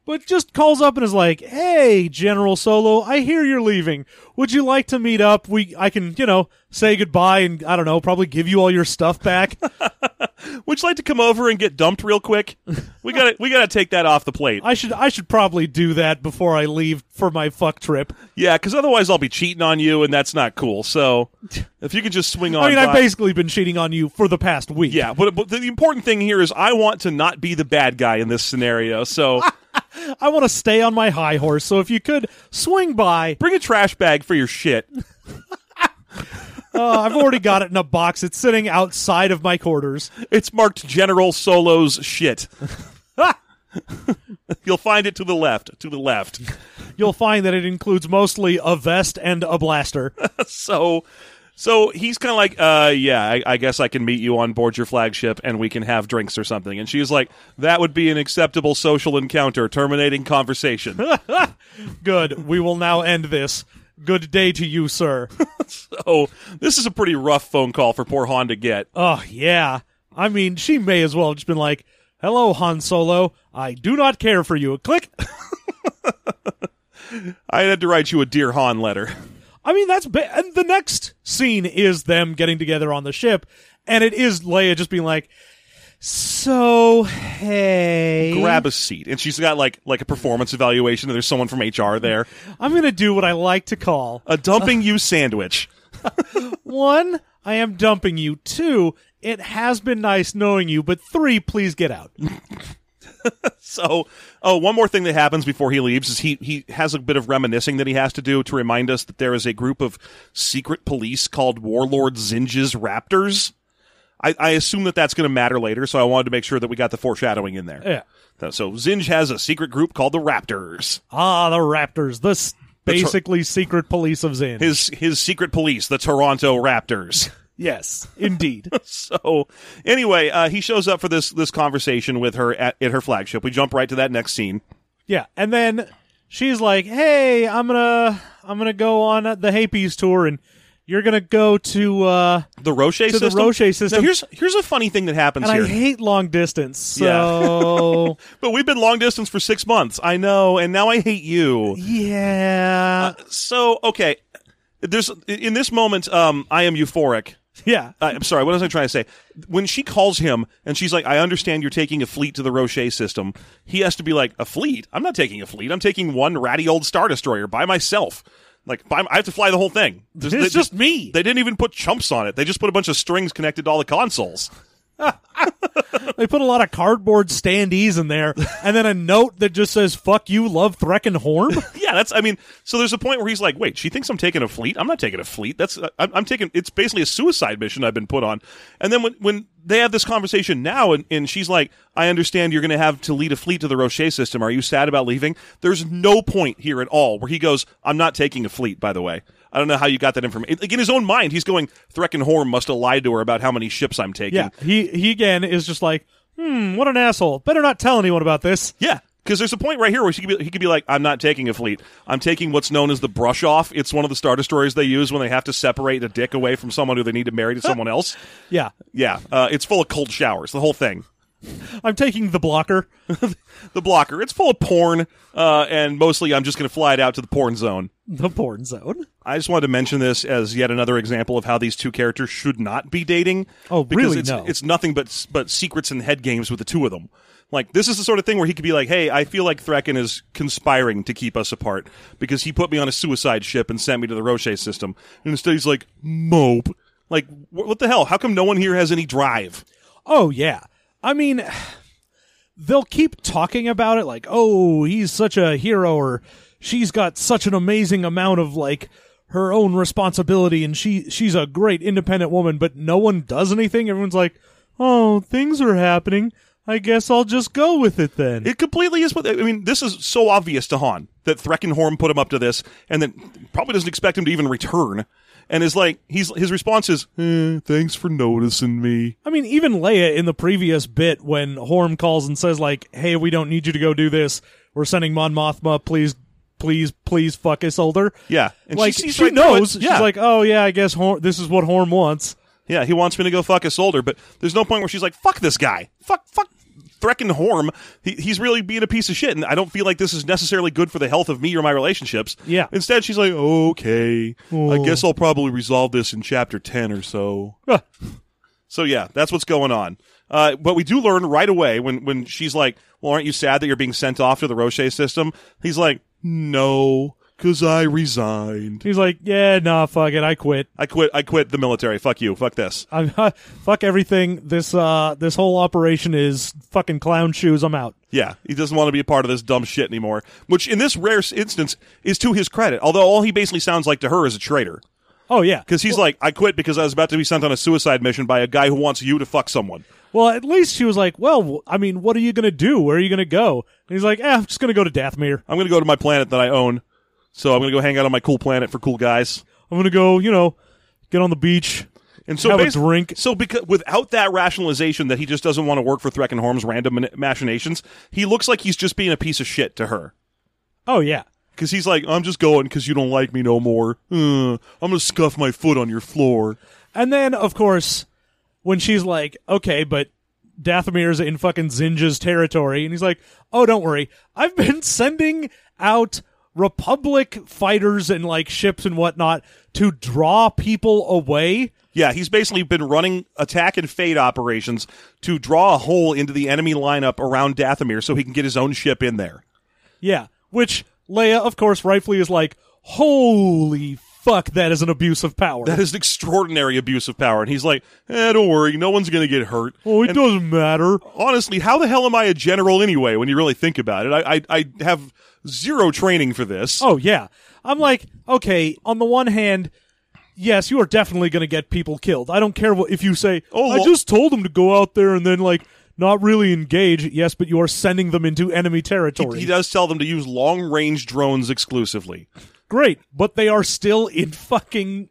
B: but just calls up and is like, "Hey, General Solo, I hear you're leaving. Would you like to meet up? We, I can, you know, say goodbye and I don't know, probably give you all your stuff back."
C: Would you like to come over and get dumped real quick? We gotta we gotta take that off the plate.
B: I should I should probably do that before I leave for my fuck trip.
C: Yeah, because otherwise I'll be cheating on you, and that's not cool. So if you could just swing on,
B: I mean, I've
C: by-
B: basically been cheating on you for the past week.
C: yeah. But, but the important thing here is I want to not be the bad guy in this scenario. So
B: I want to stay on my high horse. So if you could swing by,
C: bring a trash bag for your shit.
B: uh, I've already got it in a box. It's sitting outside of my quarters.
C: It's marked General Solo's shit. You'll find it to the left. To the left.
B: You'll find that it includes mostly a vest and a blaster.
C: So. So he's kind of like, uh, yeah, I, I guess I can meet you on board your flagship and we can have drinks or something. And she's like, that would be an acceptable social encounter, terminating conversation.
B: Good. We will now end this. Good day to you, sir.
C: Oh, this is a pretty rough phone call for poor Han to get.
B: Oh, yeah. I mean, she may as well have just been like, Hello, Han Solo. I do not care for you. Click.
C: I had to write you a Dear Han letter.
B: I mean, that's. Ba- and the next scene is them getting together on the ship, and it is Leia just being like, So, hey.
C: Grab a seat. And she's got like like a performance evaluation and there's someone from HR there.
B: I'm going to do what I like to call
C: A dumping you sandwich.
B: one, I am dumping you. Two, it has been nice knowing you, but three, please get out.
C: So, oh, one more thing that happens before he leaves is he he has a bit of reminiscing that he has to do to remind us that there is a group of secret police called Warlord Zinge's Raptors. I, I assume that that's going to matter later, so I wanted to make sure that we got the foreshadowing in there.
B: Yeah.
C: So Zinge has a secret group called the Raptors.
B: Ah, the Raptors, the s-
C: That's right.
B: basically secret police of Zin.
C: his his secret police, the Toronto Raptors.
B: yes, indeed.
C: So anyway, uh, he shows up for this this conversation with her at, at her flagship. We jump right to that next scene.
B: yeah, and then she's like, "Hey, I'm gonna, I'm gonna go on the Happies tour, and you're gonna go to." uh
C: The Roche
B: the
C: system.
B: Roche system.
C: Now here's here's a funny thing that happens
B: And I
C: here.
B: hate long distance, so
C: but we've been long distance for six months. I know, and now I hate you.
B: yeah,
C: Uh, So okay, there's in this moment, um, I am euphoric.
B: yeah.
C: Uh, I'm sorry. What was I trying to say? When she calls him and she's like, "I understand you're taking a fleet to the Roche system," he has to be like, "A fleet? I'm not taking a fleet. I'm taking one ratty old star destroyer by myself. Like, by, I have to fly the whole thing. There's-
B: It's
C: they-
B: just me.
C: They didn't even put chumps on it. They just put a bunch of strings connected to all the consoles.
B: They put a lot of cardboard standees in there, and then a note that just says "fuck you, love Threckenhorn."
C: yeah, that's. I mean, so there's a point where he's like, "Wait, she thinks I'm taking a fleet. I'm not taking a fleet. That's. uh, I'm, I'm taking. It's basically a suicide mission I've been put on." And then when when they have this conversation now, and, and she's like, "I understand you're going to have to lead a fleet to the Roche system. Are you sad about leaving?" There's no point here at all where he goes, "I'm not taking a fleet." By the way, I don't know how you got that information. Like in his own mind, he's going, "Threckenhorn must have lied to her about how many ships I'm taking."
B: yeah, he he again is just like, "Hmm, what an asshole." Better not tell anyone about this.
C: Yeah. Because there's a point right here where she could be, he could be like, I'm not taking a fleet. I'm taking what's known as the brush off. It's one of the Star Destroyers they use when they have to separate a dick away from someone who they need to marry to someone else.
B: Yeah,
C: Yeah. Uh, it's full of cold showers, the whole thing.
B: I'm taking the blocker.
C: The blocker. It's full of porn, uh, and mostly I'm just going to fly it out to the porn zone.
B: the porn zone.
C: I just wanted to mention this as yet another example of how these two characters should not be dating.
B: Oh,
C: because
B: really?
C: It's,
B: No.
C: it's nothing but but secrets and head games with the two of them. Like this is the sort of thing where he could be like, "Hey, I feel like Threkken is conspiring to keep us apart because he put me on a suicide ship and sent me to the Roche system." And instead, he's like, "Mope." Like, wh- what the hell? How come no one here has any drive?
B: Oh yeah. I mean they'll keep talking about it like, "Oh, he's such a hero or she's got such an amazing amount of like her own responsibility and she she's a great independent woman, but no one does anything. Everyone's like, "Oh, things are happening. I guess I'll just go with it then."
C: It completely is what I mean. This is so obvious to Han that Threckenhorn put him up to this, and then probably doesn't expect him to even return. And is like he's his response is, eh, "Thanks for noticing me."
B: I mean, even Leia in the previous bit when Horm calls and says like, "Hey, we don't need you to go do this. We're sending Mon Mothma, please Please, please, fuck us, older.
C: Yeah, and
B: like
C: she
B: she,
C: sees right through
B: knows.
C: it.
B: She's
C: Yeah.
B: like, oh yeah, I guess Horn, this is what Horn wants.
C: Yeah, he wants me to go fuck a soldier, but there's no point where she's like, "Fuck this guy, fuck, fuck." Threckenhorn, he, he's really being a piece of shit, and I don't feel like this is necessarily good for the health of me or my relationships.
B: Yeah. Oh.
C: Instead, she's like, "Okay, I guess I'll probably resolve this in chapter ten or so."
B: Huh.
C: So yeah, that's what's going on. Uh, but we do learn right away when, when she's like, well, aren't you sad that you're being sent off to the Roche system? He's like, no, cause I resigned.
B: He's like, yeah, nah, fuck it, I quit.
C: I quit, I quit the military. Fuck you. Fuck this.
B: I'm fuck everything. This uh, this whole operation is fucking clown shoes. I'm out.
C: Yeah. He doesn't want to be a part of this dumb shit anymore, which in this rare s- instance is to his credit. Although all he basically sounds like to her is a traitor.
B: Oh yeah,
C: Cause he's like, I quit because I was about to be sent on a suicide mission by a guy who wants you to fuck someone.
B: Well, at least she was like, well, w- I mean, what are you going to do? Where are you going to go? And he's like, eh, I'm just going to go to Dathmere.
C: I'm going to go to my planet that I own. So I'm going to go hang out on my cool planet for cool guys.
B: I'm going to go, you know, get on the beach.
C: And so
B: Have a
C: basi-
B: drink.
C: So because without that rationalization that he just doesn't want to work for Threck and Horm's random mani- machinations, he looks like he's just being a piece of shit to her.
B: Oh, yeah.
C: Because he's like, I'm just going because you don't like me no more. Uh, I'm going to scuff my foot on your floor.
B: And then, of course, when she's like, okay, but Dathmir's in fucking Zinja's territory. And he's like, oh, don't worry. I've been sending out Republic fighters and like ships and whatnot to draw people away.
C: Yeah, he's basically been running attack and fade operations to draw a hole into the enemy lineup around Dathomir so he can get his own ship in there.
B: Yeah. Which Leia, of course, rightfully is like, holy fuck, that is an abuse of power.
C: That is an extraordinary abuse of power. And he's like, eh, don't worry, no one's going to get hurt.
B: Oh, it doesn't matter.
C: honestly, how the hell am I a general anyway? When you really think about it, I I, I have zero training for this.
B: Oh yeah. I'm like, okay, on the one hand, yes, you are definitely going to get people killed. I don't care what if you say,
C: Oh,
B: I
C: well-
B: just told them to go out there and then like not really engage." Yes, but you are sending them into enemy territory.
C: He does tell them to use long range drones exclusively.
B: Great, but they are still in fucking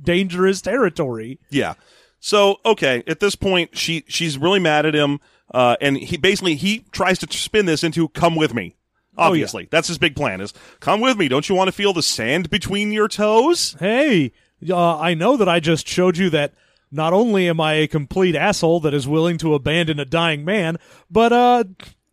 B: dangerous territory.
C: Yeah. So okay, at this point, she she's really mad at him, uh, and he basically he tries to spin this into "come with me." Obviously, that's his big plan: is come with me. Don't you want to feel the sand between your toes?
B: Hey, uh, I know that I just showed you that not only am I a complete asshole that is willing to abandon a dying man, but uh,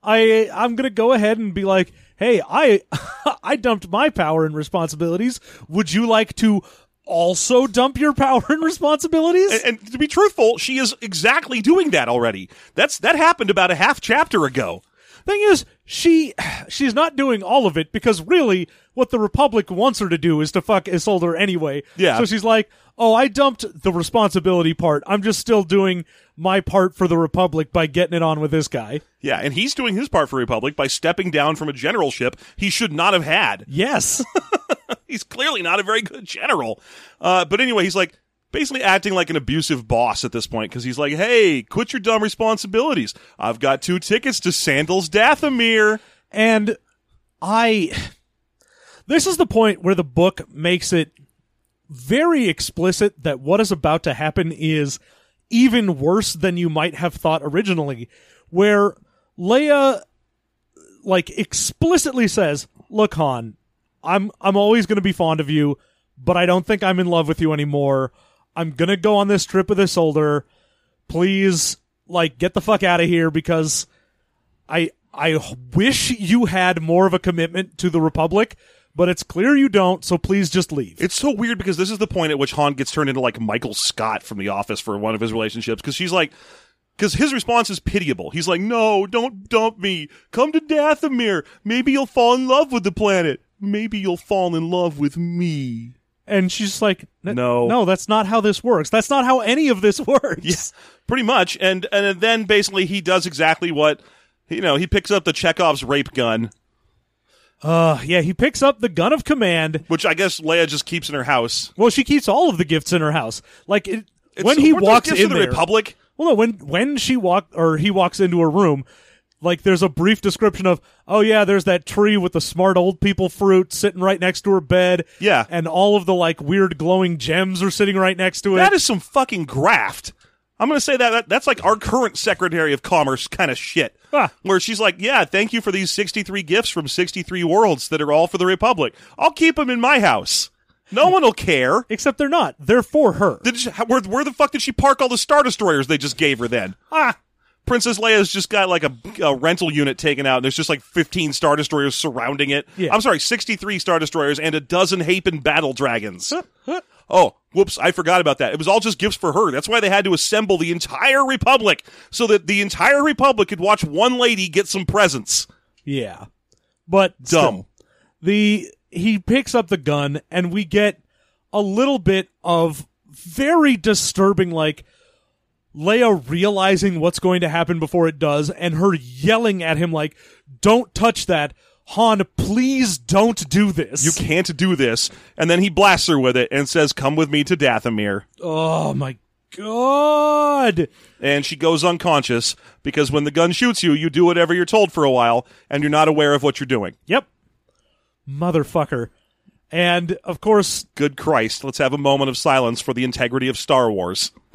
B: I I'm gonna go ahead and be like, hey, I I dumped my power and responsibilities. Would you like to also dump your power and responsibilities?
C: And, and to be truthful, she is exactly doing that already. That's that happened about a half chapter ago.
B: Thing is, she she's not doing all of it because really, what the Republic wants her to do is to fuck Isolde anyway.
C: Yeah.
B: So she's like, "Oh, I dumped the responsibility part. I'm just still doing my part for the Republic by getting it on with this guy."
C: Yeah, and he's doing his part for Republic by stepping down from a generalship he should not have had.
B: Yes.
C: He's clearly not a very good general. Uh, but anyway, he's like basically acting like an abusive boss at this point because he's like, hey, quit your dumb responsibilities. I've got two tickets to Sandals Dathomir.
B: and I this is the point where the book makes it very explicit that what is about to happen is even worse than you might have thought originally, where Leia like explicitly says, "Look, Han, I'm I'm always going to be fond of you, but I don't think I'm in love with you anymore. I'm going to go on this trip with this older. Please like get the fuck out of here because I I wish you had more of a commitment to the republic, but it's clear you don't, so please just leave."
C: It's so weird because this is the point at which Han gets turned into like Michael Scott from The Office for one of his relationships because she's like, because his response is pitiable. He's like, no, don't dump me. Come to Dathomir. Maybe you'll fall in love with the planet. Maybe you'll fall in love with me.
B: And she's just like, "N-
C: No.
B: no, that's not how this works. That's not how any of this works.
C: Pretty much. And and then basically he does exactly what you know, he picks up the Chekhov's rape gun,
B: Uh, yeah, he picks up the gun of command.
C: which I guess Leia just keeps in her house.
B: Well, she keeps all of the gifts in her house. Like it,
C: It's-
B: when he
C: weren't those
B: walks
C: gifts
B: in
C: to the
B: there,
C: Republic.
B: well, no, when when she walk or he walks into her room, like there's a brief description of, oh yeah, there's that tree with the smart old people fruit sitting right next to her bed.
C: Yeah.
B: and all of the like weird glowing gems are sitting right next to it.
C: That is some fucking graft. I'm going to say that, that that's like our current Secretary of Commerce kind of shit.
B: Huh.
C: Where she's like, "Yeah, thank you for these 63 gifts from 63 worlds that are all for the Republic. I'll keep them in my house. No one will care."
B: Except they're not. They're for her.
C: Did she, how- where, where the fuck did she park all the star destroyers they just gave her then?
B: ah,
C: Princess Leia's just got like a, a rental unit taken out. And there's just like 15 Star Destroyers surrounding it.
B: Yeah.
C: I'm sorry, 63 Star Destroyers and a dozen Hapen battle dragons. oh, whoops, I forgot about that. It was all just gifts for her. That's why they had to assemble the entire Republic so that the entire Republic could watch one lady get some presents.
B: Yeah. But
C: Dumb.
B: still, the he picks up the gun and we get a little bit of very disturbing like Leia realizing what's going to happen before it does and her yelling at him like don't touch that Han please don't do this.
C: You can't do this. And then he blasts her with it and says, Come with me to Dathomir.
B: oh my god.
C: and she goes unconscious because when the gun shoots you, you do whatever you're told for a while and you're not aware of what you're doing.
B: Yep. Motherfucker. And of course
C: Good Christ, let's have a moment of silence for the integrity of Star Wars.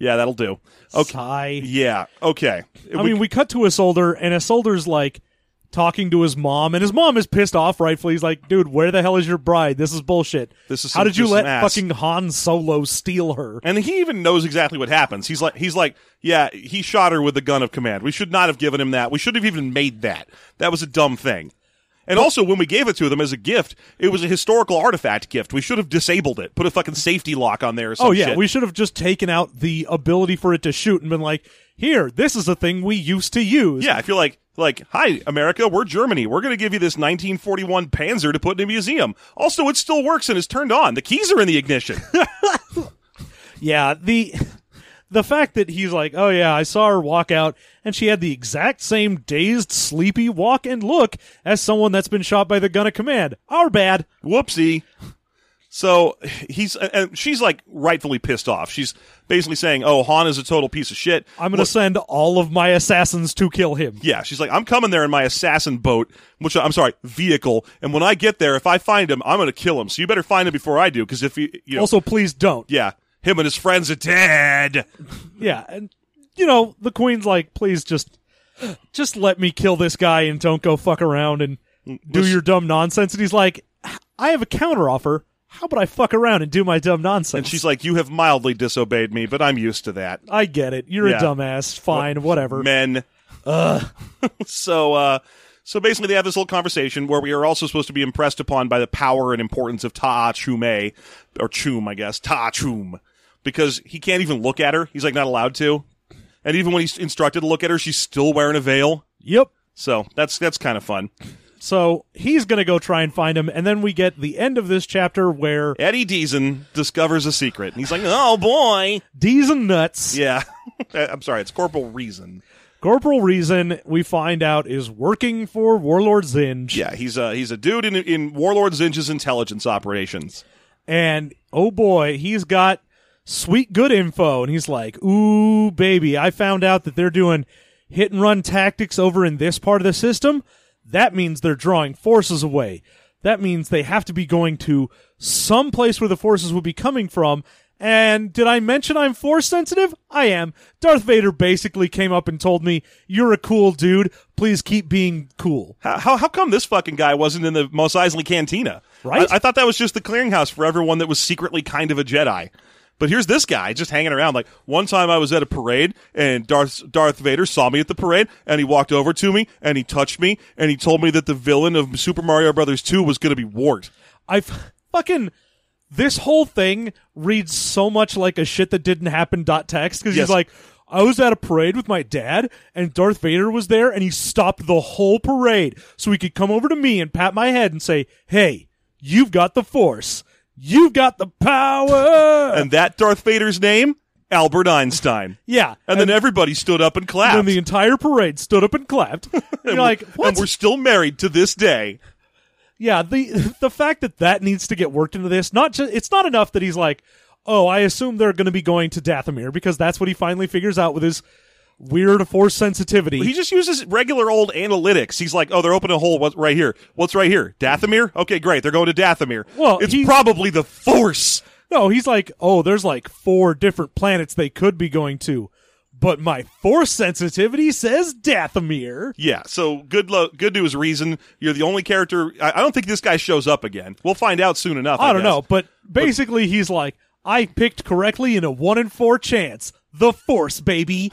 C: yeah, that'll do. Okay.
B: sigh.
C: Yeah, okay.
B: I mean, we cut to Isolder, and Isolder's like talking to his mom, and his mom is pissed off, rightfully. He's like, "Dude, where the hell is your bride? This is bullshit.
C: This is
B: how
C: some-
B: did you
C: just
B: let
C: some ass."
B: fucking Han Solo steal her?"
C: and he even knows exactly what happens. He's like he's like, yeah, he shot her with the gun of command. We should not have given him that. We should have even made that. That was a dumb thing. And also, when we gave it to them as a gift, it was a historical artifact gift. We should have disabled it, put a fucking safety lock on there or something.
B: Oh yeah, we should have just taken out the ability for it to shoot and been like, "Here, this is a thing we used to use."
C: Yeah, I feel like like, hi America, we're Germany. We're going to give you this 1941 Panzer to put in a museum. Also, it still works and is turned on. The keys are in the ignition.
B: Yeah, the the fact that he's like, "Oh yeah, I saw her walk out and she had the exact same dazed, sleepy walk and look as someone that's been shot by the gun of command." Our bad.
C: Whoopsie. So he's and she's like rightfully pissed off. She's basically saying, "Oh, Han is a total piece of shit."
B: I'm going to send all of my assassins to kill him.
C: Yeah, she's like, I'm coming there in my assassin boat, which I'm sorry, vehicle. And when I get there, if I find him, I'm going to kill him. So you better find him before I do, because if you, you know,
B: Also, please don't.
C: yeah, him and his friends are dead.
B: Yeah, and you know the queen's like, please just, just let me kill this guy and don't go fuck around and
C: Mm,
B: do your dumb nonsense. And he's like, I have a counter offer. How about I fuck around and do my dumb nonsense?
C: And she's like, you have mildly disobeyed me, but I'm used to that.
B: I get it. You're
C: Yeah.
B: a dumbass. Fine, whatever.
C: Men. so, uh, so basically, they have this little conversation where we are also supposed to be impressed upon by the power and importance of Ta'a Chume, or Chum, I guess, Ta'a Chum, because he can't even look at her. He's like not allowed to. And even when he's instructed to look at her, she's still wearing a veil.
B: Yep.
C: So that's that's kind of fun.
B: So he's gonna go try and find him, and then we get the end of this chapter where
C: Eddie Deason discovers a secret, and he's like, "Oh boy,
B: D's and nuts.
C: yeah." I'm sorry, it's Corporal Reason.
B: Corporal Reason we find out is working for Warlord Zinj.
C: Yeah, he's a he's a dude in in Warlord Zinch's intelligence operations.
B: and oh boy, he's got sweet good info. And he's like, ooh, baby, I found out that they're doing hit and run tactics over in this part of the system. That means they're drawing forces away. That means they have to be going to some place where the forces will be coming from. And did I mention I'm force sensitive? I am. Darth Vader basically came up and told me, You're a cool dude. Please keep being cool.
C: How, how how come this fucking guy wasn't in the Mos Eisley Cantina?
B: Right?
C: I, I thought that was just the clearinghouse for everyone that was secretly kind of a Jedi. But here's this guy just hanging around. Like one time, I was at a parade, and Darth Darth Vader saw me at the parade, and he walked over to me, and he touched me, and he told me that the villain of Super Mario Brothers Two was going to be Wart.
B: I f- fucking this whole thing reads so much like a shit that didn't happen dot text because
C: Yes.
B: he's like I was at a parade with my dad and Darth Vader was there and he stopped the whole parade so he could come over to me and pat my head and say, "Hey, you've got the force. You've got the power."
C: and that Darth Vader's name, Albert Einstein.
B: yeah.
C: And, then everybody stood up and clapped.
B: then the entire parade stood up and clapped. And You're like, what?
C: And we're still married to this day.
B: yeah the the fact that that needs to get worked into this not just it's not enough that he's like oh i assume they're going to be going to dathomir because that's what he finally figures out with his weird force sensitivity
C: He just uses regular old analytics. He's like, "Oh, they're opening a hole. What's right here? What's right here? Dathomir? Okay, great. They're going to Dathomir.
B: Well,
C: it's
B: he-
C: probably the Force.
B: no he's like oh there's like four different planets they could be going to but my force sensitivity says dathomir
C: Yeah. So good. Lo- good news, reason. You're the only character. I, I don't think this guy shows up again. We'll find out soon enough. I,
B: i don't
C: guess.
B: know but basically he's like I picked correctly in a one in four chance. The Force, baby.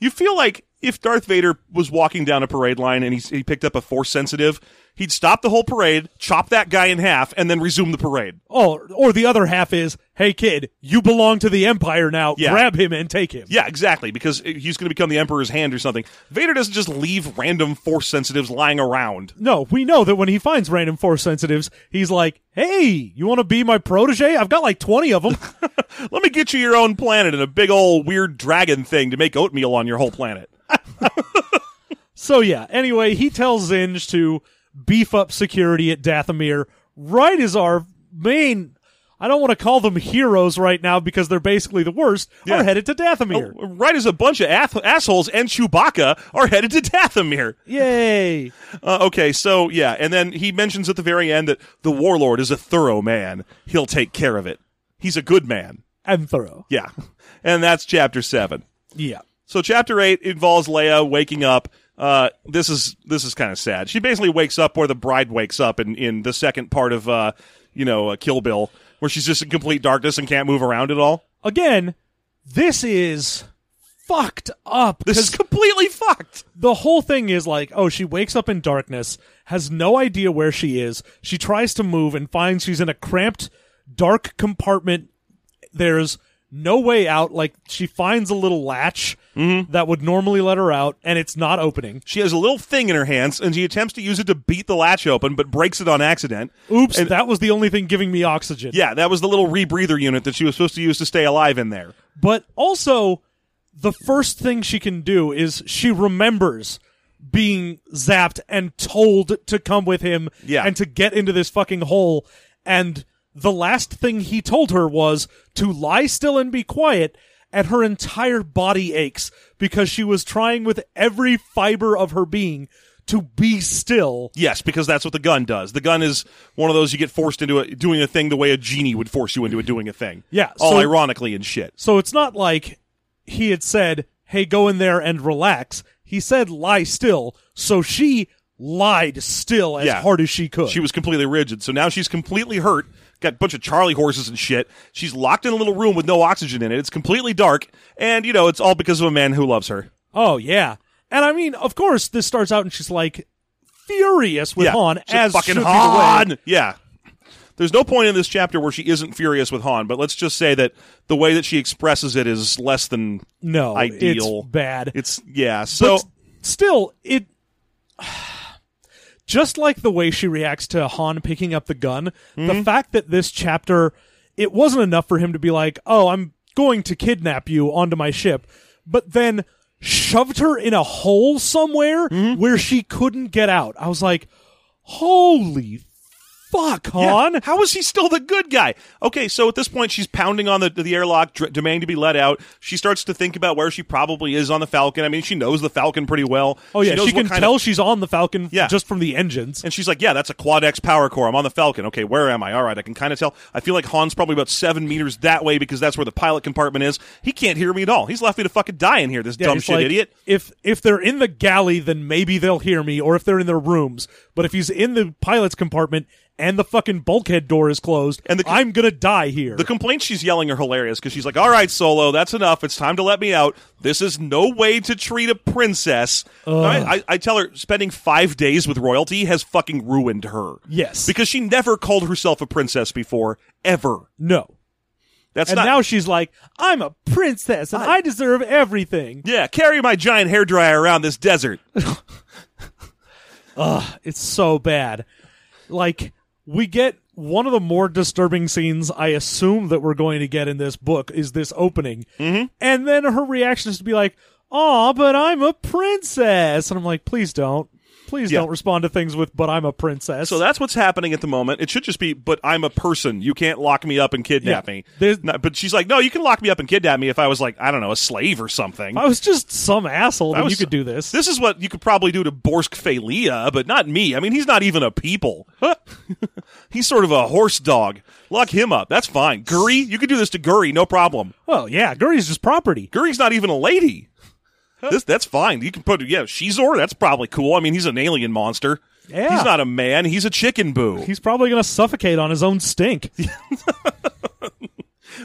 C: You feel like if Darth Vader was walking down a parade line and he, he picked up a force sensitive, he'd stop the whole parade, chop that guy in half, and then resume the parade.
B: Oh, or the other half is, hey kid, you belong to the Empire now.
C: Yeah.
B: Grab him and take him.
C: Yeah, exactly, because he's going to become the Emperor's hand or something. Vader doesn't just leave random force sensitives lying around.
B: No, we know that when he finds random force sensitives, he's like, hey, you want to be my protege? I've got like 20 of them.
C: Let me get you your own planet and a big old weird dragon thing to make oatmeal on your whole planet.
B: so yeah, anyway, he tells Zinj to beef up security at Dathomir, right as our main, I don't want to call them heroes right now because they're basically the worst,
C: Yeah. Oh.
B: are headed to Dathomir.
C: Right as a bunch of ath- assholes and Chewbacca are headed to Dathomir.
B: Yay.
C: Uh, okay, so yeah, and then he mentions at the very end that the warlord is a thorough man. He'll take care of it. He's a good man.
B: And thorough.
C: Yeah. And that's chapter 7.
B: Yeah.
C: So chapter 8 involves Leia waking up. Uh, this is this is kind of sad. She basically wakes up where the bride wakes up in, in the second part of uh, you know, uh, Kill Bill where she's just in complete darkness and can't move around at all.
B: Again, this is fucked up.
C: This is completely fucked.
B: the whole thing is like, oh, she wakes up in darkness, has no idea where she is. She tries to move and finds she's in a cramped, dark compartment. There's no way out. Like, she finds a little latch that would normally let her out, and it's not opening.
C: She has a little thing in her hands and she attempts to use it to beat the latch open but breaks it on accident.
B: Oops, that was the only thing giving me oxygen.
C: Yeah, that was the little rebreather unit that she was supposed to use to stay alive in there.
B: But also, the first thing she can do is she remembers being zapped and told to come with him
C: Yeah.
B: and to get into this fucking hole. And the last thing he told her was to lie still and be quiet. And her entire body aches because she was trying with every fiber of her being to be still.
C: Yes, because that's what the gun does. The gun is one of those you get forced into a, doing a thing the way a genie would force you into a, doing a thing.
B: Yeah,
C: all
B: so-
C: ironically and shit.
B: So it's not like he had said, "Hey, go in there and relax." He said, "Lie still." So she lied still as
C: Yeah.
B: hard as she could.
C: She was completely rigid, so now she's completely hurt. Got a bunch of Charlie horses and shit. She's locked in a little room with no oxygen in it. It's completely dark, and you know it's all because of a man who loves her.
B: oh yeah, and I mean, of course, this starts out and she's like furious with
C: yeah,
B: Han
C: She's
B: as
C: fucking
B: should be the way-
C: Han. Yeah. There's no point in this chapter where she isn't furious with Han, but let's just say that the way that she expresses it is less than
B: No,
C: ideal.
B: it's bad.
C: It's yeah. So
B: But s- still, it just like the way she reacts to Han picking up the gun,
C: Mm-hmm.
B: the fact that this chapter it wasn't enough for him to be like, "Oh, I'm going to kidnap you onto my ship," but then shoved her in a hole somewhere
C: Mm-hmm.
B: where she couldn't get out. I was like, "Holy fuck, Han!"
C: Yeah. How is he still the good guy? Okay, so at this point, she's pounding on the, the airlock, dr- demanding to be let out. She starts to think about where she probably is on the Falcon. I mean, she knows the Falcon pretty well.
B: Oh yeah,
C: knows
B: she,
C: what
B: can
C: kind
B: tell
C: Of-
B: she's on the Falcon
C: Yeah.
B: just from the engines.
C: and she's like, "Yeah, that's a quad X power core. I'm on the Falcon. Okay, where am I? All right, I can kind of tell. I feel like Han's probably about seven meters that way because that's where the pilot compartment is. He can't hear me at all. He's left me to fucking die in here. This
B: Yeah,
C: dumb
B: it's
C: shit
B: like,
C: idiot.
B: If if they're in the galley, then maybe they'll hear me, or if they're in their rooms. But if he's in the pilot's compartment and the fucking bulkhead door is closed,
C: And
B: and
C: the-
B: I'm gonna die here.
C: The complaints she's yelling are hilarious because she's like, "All right, Solo, that's enough. It's time to let me out. This is no way to treat a princess." I, I, I tell her spending five days with royalty has fucking ruined her.
B: Yes.
C: because she never called herself a princess before, ever.
B: no.
C: That's
B: And
C: not.
B: now she's like, I'm a princess and I deserve everything.
C: yeah, carry my giant hairdryer around this desert.
B: It's so bad. Like we get one of the more disturbing scenes I assume that we're going to get in this book is this opening, mm-hmm. and then her reaction is to be like, "Aw, but I'm a princess," and I'm like, "Please don't, please
C: Yeah.
B: don't respond to things with "but I'm a princess."
C: So that's what's happening at the moment. It should just be, but I'm a person. You can't lock me up and kidnap
B: Yeah.
C: me.
B: There's-
C: Not- but she's like, no, you can lock me up and kidnap me if I was like, I don't know, a slave or something.
B: I was just some asshole
C: I
B: that
C: was-
B: you could do this.
C: This is what you could probably do to Borsk Felia, but not me. I mean, he's not even a people. he's sort of a horse dog. Lock him up. That's fine. Guri, you could do this to Guri, no problem.
B: well, Oh, yeah, Guri's just property.
C: Guri's not even a lady. This that's fine. You can put yeah, Shizor. That's probably cool. I mean, he's an alien monster.
B: Yeah.
C: he's not a man. He's a chicken boo.
B: He's probably gonna suffocate on his own stink.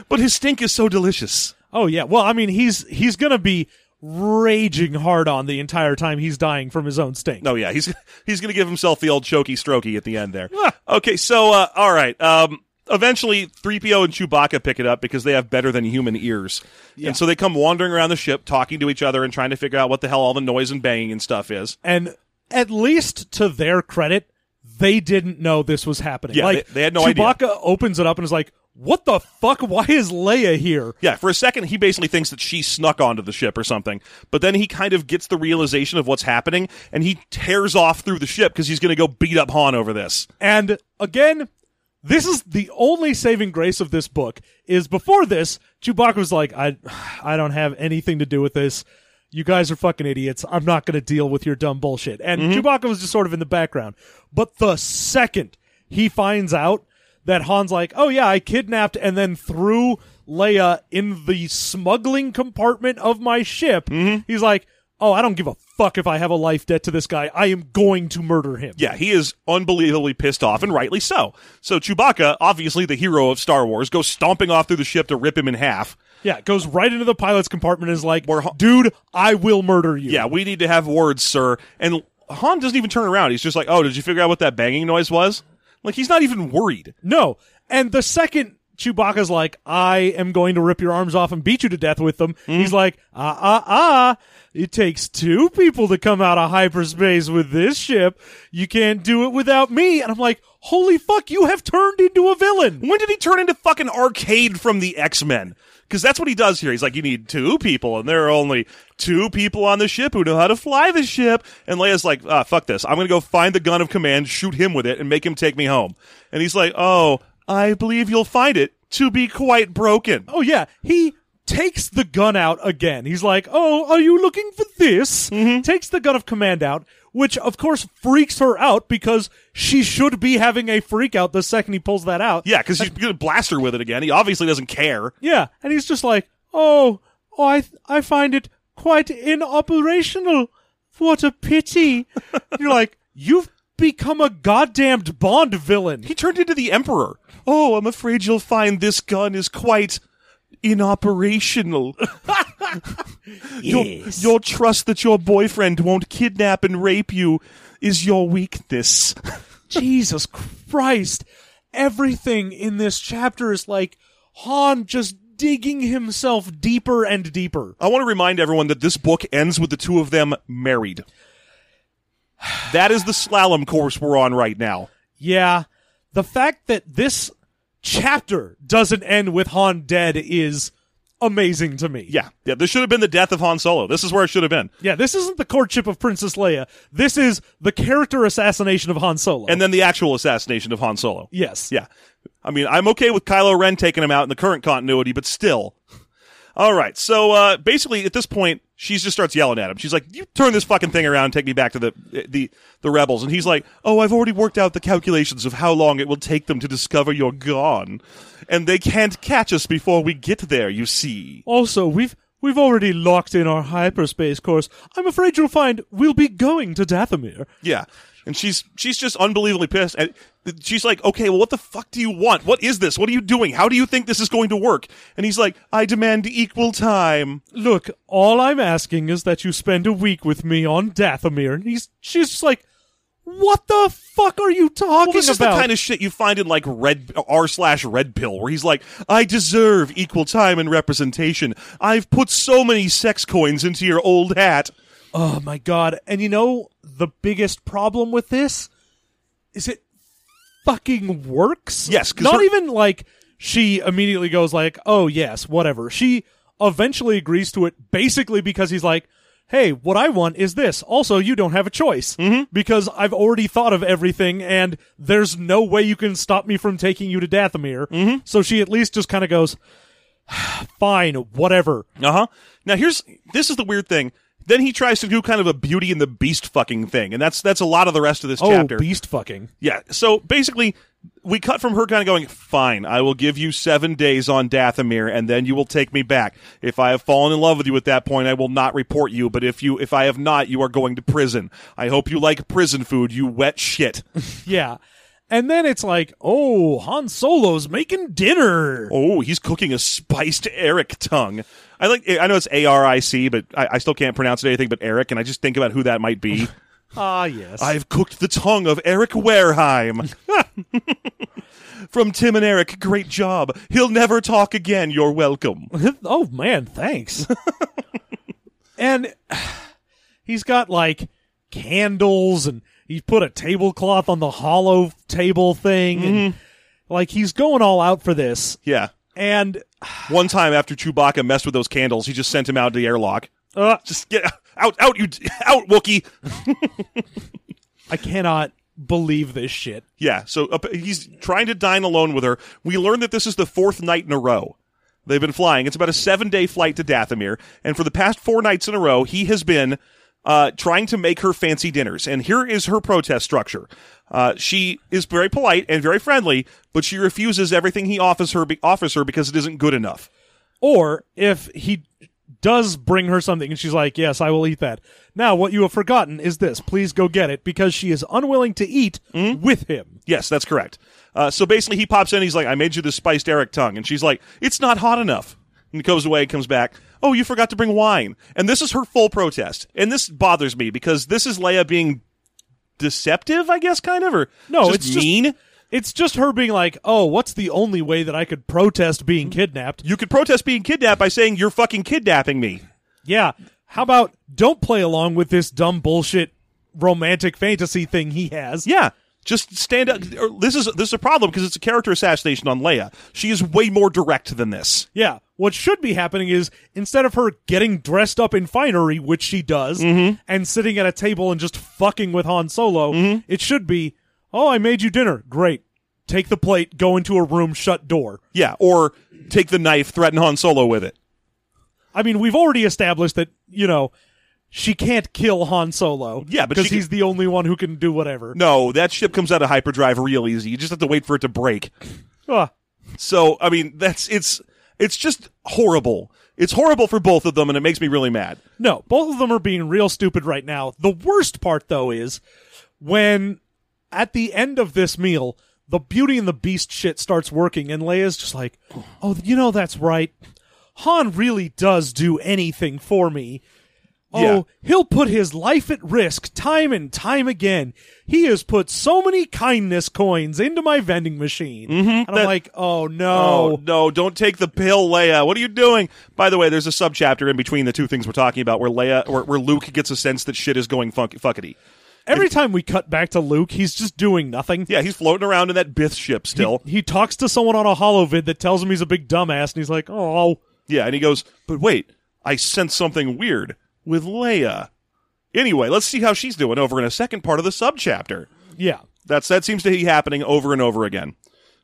C: But his stink is so delicious.
B: Oh yeah. Well, I mean, he's he's gonna be raging hard on the entire time he's dying from his own stink.
C: No, yeah, he's he's gonna give himself the old chokey strokey at the end there. okay, so uh, all right. Um, eventually, three PO and Chewbacca pick it up because they have better than human ears, and so they come wandering around the ship, talking to each other and trying to figure out what the hell all the noise and banging and stuff is.
B: And at least to their credit, they didn't know this was happening.
C: Yeah,
B: like
C: they- they had no idea.
B: Chewbacca opens it up and is like, "What the fuck? Why is Leia here?"
C: Yeah, for a second, he basically thinks that she snuck onto the ship or something. But then he kind of gets the realization of what's happening, and he tears off through the ship because he's going to go beat up Han over this.
B: And again, this is the only saving grace of this book is before this, Chewbacca was like, I I don't have anything to do with this. You guys are fucking idiots. I'm not going to deal with your dumb bullshit. And Chewbacca was just sort of in the background. But the second he finds out that Han's like, "Oh yeah, I kidnapped and then threw Leia in the smuggling compartment of my ship." He's like, "Oh, I don't give a fuck if I have a life debt to this guy. I am going to murder him."
C: Yeah, he is unbelievably pissed off, and rightly so. So Chewbacca, obviously the hero of Star Wars, goes stomping off through the ship to rip him in half.
B: Yeah, goes right into the pilot's compartment and is like,
C: Where Han-
B: dude, I will murder you.
C: Yeah, we need to have words, sir. And Han doesn't even turn around. He's just like, oh, did you figure out what that banging noise was? Like, he's not even worried.
B: No. And the second Chewbacca's like, I am going to rip your arms off and beat you to death with them, he's like, ah, ah, ah. It takes two people to come out of hyperspace with this ship. You can't do it without me. And I'm like, holy fuck, you have turned into a villain.
C: When did he turn into fucking arcade from the X Men? Because that's what he does here. He's like, you need two people, and there are only two people on the ship who know how to fly the ship. And Leia's like, ah, fuck this. I'm going to go find the gun of command, shoot him with it, and make him take me home. And he's like, oh, I believe you'll find it to be quite broken.
B: Oh yeah, he takes the gun out again. He's like, "Oh, are you looking for this?" Takes the gun of command out, which of course freaks her out because she should be having a freak out the second he pulls that out.
C: Yeah, because he's going to blast her with it again. He obviously doesn't care.
B: Yeah, and he's just like, "Oh, oh I I find it quite inoperational. What a pity." You're like, "You've become a goddamned Bond villain."
C: He turned into the Emperor. Oh, I'm afraid you'll find this gun is quite inoperational. your, your trust that your boyfriend won't kidnap and rape you is your weakness.
B: Jesus Christ. Everything in this chapter is like Han just digging himself deeper and deeper.
C: I want to remind everyone that this book ends with the two of them married. That is the slalom course we're on right now.
B: Yeah. The fact that this chapter doesn't end with Han dead is amazing to me.
C: Yeah, yeah. This should have been the death of Han Solo. This is where it should have been.
B: Yeah, this isn't the courtship of Princess Leia. This is the character assassination of Han Solo.
C: And then the actual assassination of Han Solo.
B: yes.
C: Yeah. I mean, I'm okay with Kylo Ren taking him out in the current continuity, but still. All right. So uh, basically, at this point, she just starts yelling at him. She's like, "You turn this fucking thing around and take me back to the the the rebels." And he's like, "Oh, I've already worked out the calculations of how long it will take them to discover you're gone, and they can't catch us before we get there. You see."
B: Also, we've we've already locked in our hyperspace course. I'm afraid you'll find we'll be going to Dathomir.
C: Yeah. And she's she's just unbelievably pissed. And she's like, "Okay, well, what the fuck do you want? What is this? What are you doing? How do you think this is going to work?" And he's like, "I demand equal time."
B: look, all I'm asking is that you spend a week with me on Dathomir. And he's, she's just like, what the fuck are you talking
C: Well, this
B: about?
C: is the kind of shit you find in like red r slash red pill, where he's like, "I deserve equal time and representation. I've put so many sex coins into your old hat."
B: oh my god. And you know, the biggest problem with this is it fucking works.
C: Yes, 'cause
B: Not
C: her-
B: even like she immediately goes like, oh yes, whatever. She eventually agrees to it basically because he's like, Hey, what I want is this. Also, you don't have a choice
C: Mm-hmm.
B: because I've already thought of everything, and there's no way you can stop me from taking you to Dathomir.
C: Mm-hmm.
B: So she at least just kind of goes, "Fine, whatever."
C: Uh huh. Now here's this is the weird thing. Then he tries to do kind of a Beauty and the Beast fucking thing, and that's that's a lot of the rest of this chapter.
B: Oh, beast fucking.
C: Yeah. So basically, we cut from her kind of going, fine, I will give you seven days on Dathomir, and then you will take me back. If I have fallen in love with you at that point, I will not report you. But if you, if I have not, you are going to prison. I hope you like prison food, you wet shit.
B: Yeah. And then it's like, oh, Han Solo's making dinner.
C: Oh, he's cooking a spiced Eric tongue. I like. I know it's A R I C, but I, I still can't pronounce it anything but Eric. And I just think about who that might be.
B: Ah, yes.
C: I've cooked the tongue of Eric Wareheim. From Tim and Eric, great job. He'll never talk again. You're welcome.
B: oh man, thanks. and he's got like candles and he put a tablecloth on the hollow table thing and like he's going all out for this.
C: Yeah.
B: And
C: One time after Chewbacca messed with those candles, he just sent him out to the airlock.
B: uh,
C: Just get out, out, you, out, Wookie.
B: I cannot believe this shit.
C: Yeah. So uh, he's trying to dine alone with her. We learn that this is the fourth night in a row. They've been flying. It's about a seven day flight to Dathomir. And for the past four nights in a row, he has been uh, trying to make her fancy dinners. And here is her protest structure. Uh, she is very polite and very friendly, but she refuses everything he offers her, be- offers her because it isn't good enough.
B: Or if he does bring her something and she's like, "Yes, I will eat that." Now, what you have forgotten is this. Please go get it because she is unwilling to eat with him.
C: Yes, that's correct. Uh, so basically, he pops in. He's like, "I made you this spiced Eric tongue," and she's like, "It's not hot enough." And he goes away, comes back. Oh, you forgot to bring wine. And this is her full protest. And this bothers me because this is Leia being deceptive, I guess, kind of, or
B: No,
C: just
B: it's just-
C: mean.
B: It's just her being like, "Oh, what's the only way that I could protest being kidnapped?"
C: you could protest being kidnapped by saying you're fucking kidnapping me.
B: Yeah. How about don't play along with this dumb bullshit romantic fantasy thing he has?
C: Yeah. Just stand up. or This is this is a problem because it's a character assassination on Leia. She is way more direct than this.
B: Yeah. What should be happening is instead of her getting dressed up in finery, which she does,
C: Mm-hmm.
B: and sitting at a table and just fucking with Han Solo,
C: Mm-hmm.
B: it should be, "Oh, I made you dinner. Great. Take the plate, go into a room, shut door."
C: Yeah, or take the knife, threaten Han Solo with it.
B: I mean, we've already established that, you know, she can't kill Han Solo.
C: Yeah, but she
B: because
C: can-
B: he's the only one who can do whatever.
C: No, that ship comes out of hyperdrive real easy. You just have to wait for it to break.
B: Ah.
C: So, I mean, that's it's it's just horrible. It's horrible for both of them, and it makes me really mad.
B: No, both of them are being real stupid right now. The worst part, though, is when at the end of this meal, the Beauty and the Beast shit starts working, and Leia's just like, oh, you know, that's right. Han really does do anything for me. Oh,
C: Yeah.
B: he'll put his life at risk time and time again. He has put so many kindness coins into my vending machine. and I'm
C: Mm-hmm. that-
B: like, oh
C: Oh,
B: no.
C: no, don't take the pill, Leia. What are you doing? By the way, there's a subchapter in between the two things we're talking about where Leia where, where Luke gets a sense that shit is going funk fuckety.
B: Every time we cut back to Luke, he's just doing nothing.
C: Yeah, he's floating around in that Bith ship still.
B: he talks to someone on a holovid that tells him he's a big dumbass, and he's like, "Oh,
C: yeah, and he goes, "But wait, I sense something weird with Leia." Anyway, let's see how she's doing over in a second part of the subchapter.
B: yeah,
C: That's that seems to be happening over and over again.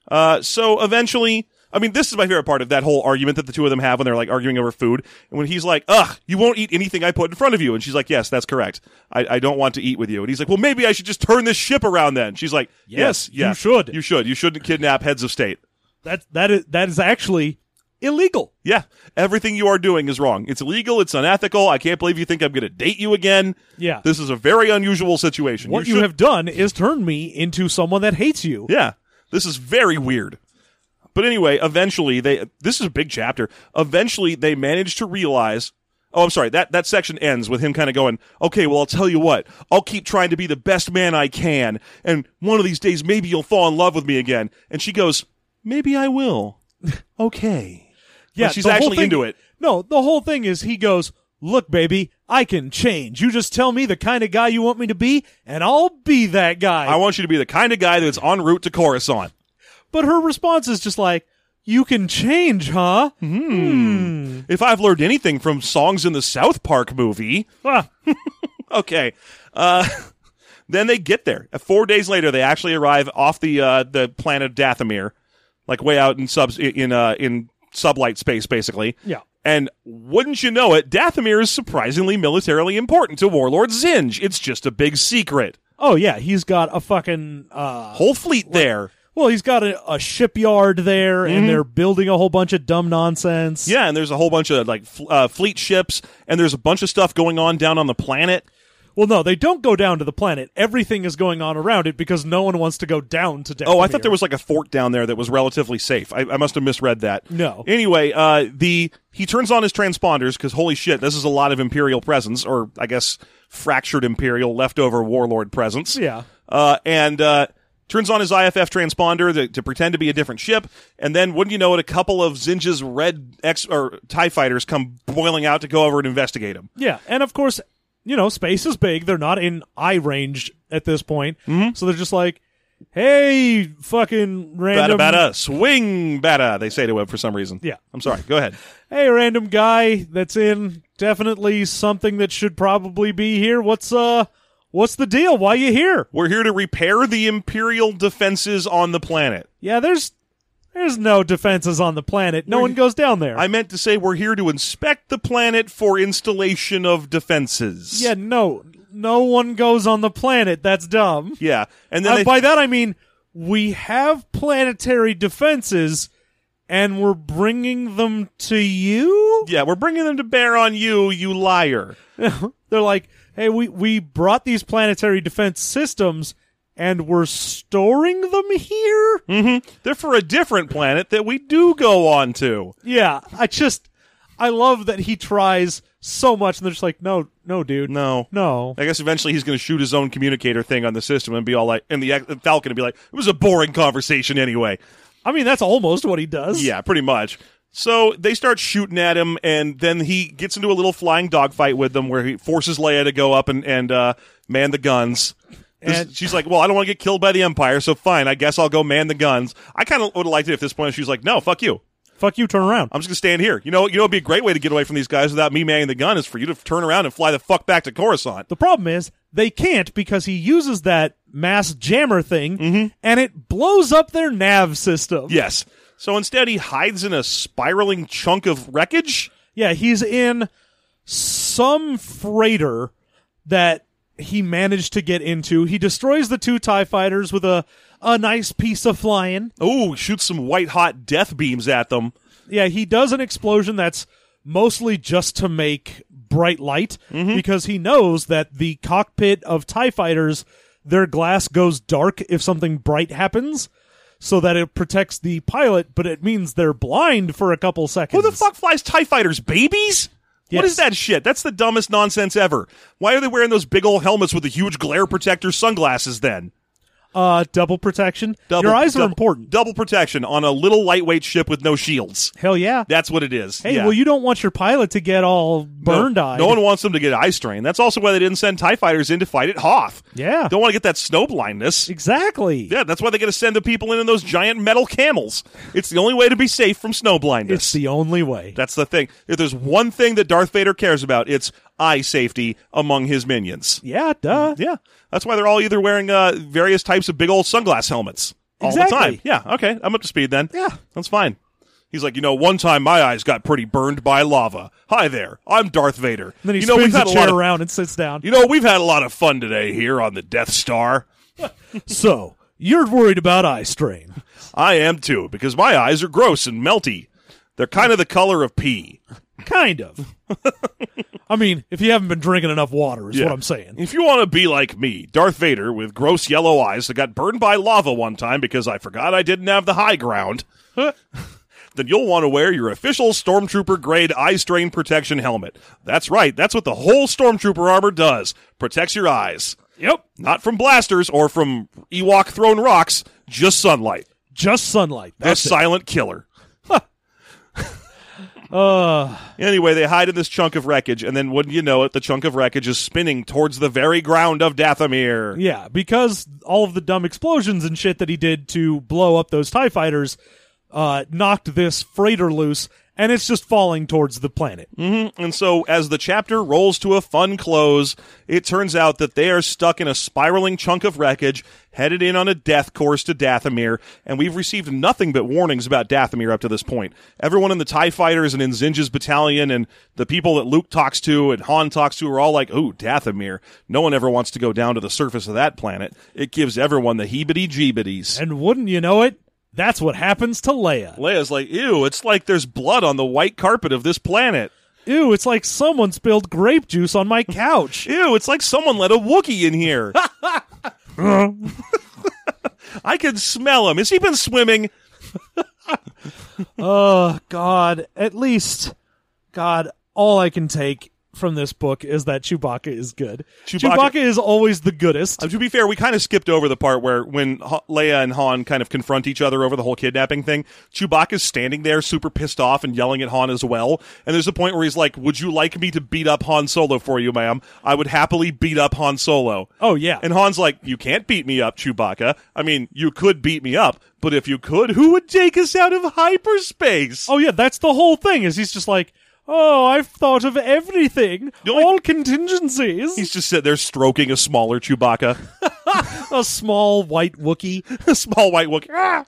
C: Uh, so eventually, I mean, this is my favorite part of that whole argument that the two of them have when they're like arguing over food. And when he's like, "Ugh, you won't eat anything I put in front of you," and she's like, "Yes, that's correct. I, I don't want to eat with you." And he's like, "Well, maybe I should just turn this ship around then." She's like, "Yes,
B: Yes,
C: yeah,
B: you should.
C: You should. You shouldn't kidnap heads of state.
B: that that is that is actually illegal."
C: Yeah, everything you are doing is wrong. It's illegal. It's unethical. I can't believe you think I'm going to date you again.
B: Yeah.
C: this is a very unusual situation.
B: What you,
C: should-
B: have done is turn me into someone that hates you.
C: Yeah, this is very weird. But anyway, eventually they. This is a big chapter. Eventually they manage to realize. Oh, I'm sorry. That that section ends with him kind of going, "Okay, well, I'll tell you what. I'll keep trying to be the best man I can, and one of these days maybe you'll fall in love with me again." And she goes, "Maybe I will." okay.
B: yeah
C: Like, she's
B: the whole
C: actually
B: thing-
C: into it.
B: No, the whole thing is he goes, "Look, baby, I can change. You just tell me the kind of guy you want me to be, and I'll be that guy."
C: I want you to be the kind of guy that's en route to Coruscant.
B: but her response is just like, "You can change, huh?"
C: Hmm. If I've learned anything from songs in the South Park movie,
B: Ah.
C: okay. Uh, then they get there. Uh, Four days later, they actually arrive off the uh, the planet Dathomir, like way out in subs in uh, in sublight space, basically.
B: Yeah.
C: And wouldn't you know it, Dathomir is surprisingly militarily important to Warlord Zinj. It's just a big secret.
B: Oh yeah, he's got a fucking uh
C: Whole fleet there.
B: Well, he's got a, a shipyard there,
C: Mm-hmm.
B: and they're building a whole bunch of dumb nonsense.
C: Yeah, and there's a whole bunch of like fl- uh, fleet ships, and there's a bunch of stuff going on down on the planet.
B: Well, no, they don't go down to the planet. Everything is going on around it because no one wants to go down to Dathomir.
C: Oh, I thought there was like a fort down there that was relatively safe. I, I must have misread that.
B: No.
C: Anyway, uh, the he turns on his transponders because holy shit, this is a lot of Imperial presence, or I guess fractured Imperial leftover warlord presence.
B: Yeah.
C: Uh, and uh, turns on his IFF transponder to, to pretend to be a different ship, and then wouldn't you know it, a couple of Zinja's red X or Tie fighters come boiling out to go over and investigate him.
B: Yeah, and of course, you know, space is big. They're not in eye range at this point,
C: Mm-hmm.
B: so they're just like, "Hey, fucking
C: Bada
B: random,
C: bada, swing bada, they say to him for some reason.
B: um, Yeah.
C: I'm sorry, go ahead.
B: hey, random guy that's in definitely something that should probably be here. What's uh, what's the deal? Why you here?
C: We're here to repair the Imperial defenses on the planet.
B: Yeah, there's there's no defenses on the planet. No one goes down there.
C: I meant to say we're here to inspect the planet for installation of defenses.
B: yeah, no, no one goes on the planet. That's dumb.
C: Yeah. And then
B: Uh,
C: they-
B: by that I mean we have planetary defenses, and we're bringing them to you.
C: yeah, we're bringing them to bear on you, you liar.
B: They're like, hey, we we brought these planetary defense systems, and we're storing them here.
C: Hmm. They're for a different planet that we do go on to.
B: Yeah, I just I love that he tries so much, and they're just like, no, no, dude,
C: No.
B: no.
C: I guess eventually he's going to shoot his own communicator thing on the system and be all like, and the X- Falcon and be like, it was a boring conversation anyway.
B: I mean, that's almost what he does.
C: Yeah, pretty much. So they start shooting at him, and then he gets into a little flying dogfight with them where he forces Leia to go up and, and uh, man the guns. This-
B: And-
C: she's like, Well, I don't want to get killed by the Empire, so fine, I guess I'll go man the guns. I kind of would have liked it if at this point she's like, No, fuck you.
B: fuck you, turn around.
C: I'm just going to stand here. You know, you know, it'd be a great way to get away from these guys without me manning the gun is for you to turn around and fly the fuck back to Coruscant.
B: The problem is they can't because he uses that mass jammer thing and it blows up their nav system.
C: Yes. So instead, he hides in a spiraling chunk of wreckage.
B: Yeah, he's in some freighter that he managed to get into. He destroys the two TIE fighters with a, a nice piece of flying.
C: Oh, shoots some white hot death beams at them.
B: Yeah, he does an explosion that's mostly just to make bright light
C: Mm-hmm.
B: because he knows that the cockpit of TIE fighters, their glass goes dark if something bright happens. So that it protects the pilot, but it means they're blind for a couple seconds.
C: Who the fuck flies TIE fighters? Babies? What
B: Yes.
C: is that shit? That's the dumbest nonsense ever. Why are they wearing those big old helmets with the huge glare protector sunglasses then?
B: Uh, double protection. Your eyes are
C: double-
B: important.
C: Double protection on a little lightweight ship with no shields.
B: Hell yeah.
C: That's what it is.
B: Hey,
C: Yeah.
B: well, you don't want your pilot to get all burned
C: no,
B: eyed.
C: No one wants them to get eye strain. That's also why they didn't send TIE fighters in to fight at Hoth.
B: Yeah.
C: Don't want to get that snow blindness.
B: exactly.
C: Yeah, that's why they got to send the people in in those giant metal camels. It's the only way to be safe from snow blindness.
B: It's the only way.
C: That's the thing. If there's one thing that Darth Vader cares about, it's eye safety among his minions.
B: yeah, duh.
C: Yeah, that's why they're all either wearing uh, various types of big old sunglass helmets all
B: Exactly.
C: the time. Yeah, okay, I'm up to speed then.
B: Yeah.
C: that's fine. He's like, you know, one time my eyes got pretty burned by lava. Hi there, I'm Darth Vader.
B: And then he
C: you know,
B: spins
C: we've
B: the
C: had a lot
B: chair
C: of,
B: around and sits down.
C: You know, we've had a lot of fun today here on the Death Star.
B: so, you're worried about eye strain.
C: I am too, because my eyes are gross and melty. They're kind of the color of pee.
B: kind of. I mean, if you haven't been drinking enough water, is
C: Yeah.
B: what I'm saying.
C: If you want to be like me, Darth Vader with gross yellow eyes that got burned by lava one time because I forgot I didn't have the high ground, then you'll want to wear your official Stormtrooper grade eye strain protection helmet. That's right, that's what the whole Stormtrooper armor does protects your eyes.
B: Yep.
C: Not from blasters or from Ewok thrown rocks, just sunlight.
B: Just sunlight.
C: The
B: That's it.
C: silent killer.
B: Uh,
C: Anyway, they hide in this chunk of wreckage, and then wouldn't you know it, the chunk of wreckage is spinning towards the very ground of Dathomir.
B: Yeah, because all of the dumb explosions and shit that he did to blow up those TIE fighters uh, knocked this freighter loose, and it's just falling towards the planet.
C: And so, as the chapter rolls to a fun close, it turns out that they are stuck in a spiraling chunk of wreckage, headed in on a death course to Dathomir, and we've received nothing but warnings about Dathomir up to this point. Everyone in the TIE fighters and in Zinja's battalion and the people that Luke talks to and Han talks to are all like, ooh, Dathomir. No one ever wants to go down to the surface of that planet. It gives everyone the heebity jeebities.
B: And wouldn't you know it, that's what happens to Leia.
C: Leia's like, ew, it's like there's blood on the white carpet of this planet.
B: Ew, it's like someone spilled grape juice on my couch.
C: Ew, it's like someone let a Wookiee in here. I can smell him. Has he been swimming?
B: oh, God. At least, God, all I can take from this book is that Chewbacca is good.
C: Chewbacca-
B: Chewbacca, is always the goodest.
C: Uh, to be fair, we kind of skipped over the part where when ha- Leia and Han kind of confront each other over the whole kidnapping thing. Chewbacca's standing there, super pissed off and yelling at Han as well. And there's a point where he's like, "Would you like me to beat up Han Solo for you, ma'am? I would happily beat up Han Solo."
B: Oh, yeah.
C: And Han's like, "You can't beat me up, Chewbacca. I mean, you could beat me up, but if you could, who would take us out of hyperspace?"
B: Oh yeah, that's the whole thing. Is he's just like, oh, I've thought of everything,
C: only-
B: all contingencies.
C: He's just sitting there stroking a smaller Chewbacca,
B: a small white Wookie.
C: a small white Wookiee. "Ah,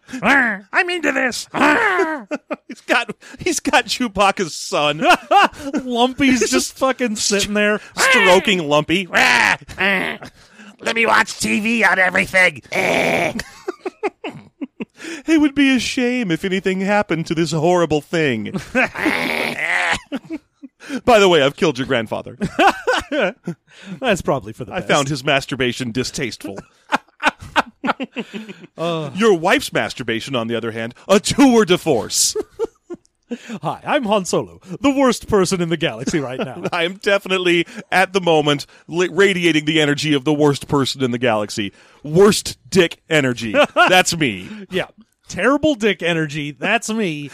C: I'm into this. he's got he's got Chewbacca's son
D: Ah!
B: Lumpy's just, fucking sitting there.
C: stroking Lumpy.
D: Let me watch TV on everything.
C: It would be a shame if anything happened to this horrible thing. By the way, I've killed your grandfather.
B: That's probably for the
C: I
B: best.
C: found his masturbation distasteful. Your wife's masturbation, on the other hand, a tour de force.
B: Hi, I'm Han Solo, the worst person in the galaxy right now.
C: I am definitely at the moment li- radiating the energy of the worst person in the galaxy. Worst dick energy. That's me.
B: yeah. Terrible dick energy. That's me.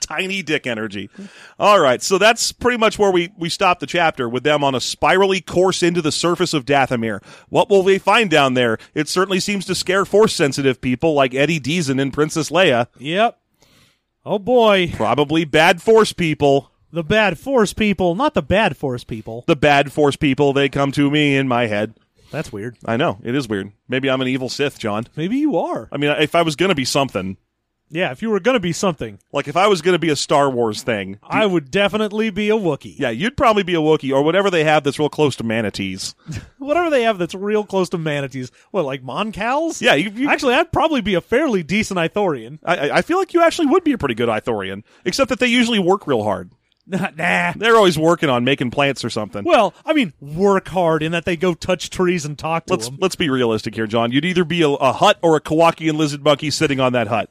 C: Tiny dick energy. All right, so that's pretty much where we we stop the chapter with them on a spirally course into the surface of Dathomir. What will they find down there? It certainly seems to scare force sensitive people like Eddie Deason and Princess Leia.
B: Yep. Oh boy.
C: Probably bad force people.
B: The bad force people, not the bad force people.
C: The bad force people, they come to me in my head.
B: That's weird.
C: I know, it is weird. Maybe I'm an evil Sith, John.
B: Maybe you are.
C: I mean, if I was going to be something,
B: Yeah, if you were going to be something,
C: Like if I was going to be a Star Wars thing,
B: I would definitely be a Wookiee.
C: yeah, you'd probably be a Wookiee or whatever they have that's real close to manatees.
B: whatever they have that's real close to manatees. What, like Mon Cals?
C: Yeah, you, you
B: Actually, I'd probably be a fairly decent Ithorian.
C: I, I- I feel like you actually would be a pretty good Ithorian, except that they usually work real hard.
B: nah.
C: They're always working on making plants or something.
B: Well, I mean, work hard in that they go touch trees and talk to
C: let's
B: them.
C: let's be realistic here, John. You'd either be a, a hut or a Kowakian lizard monkey sitting on that hut.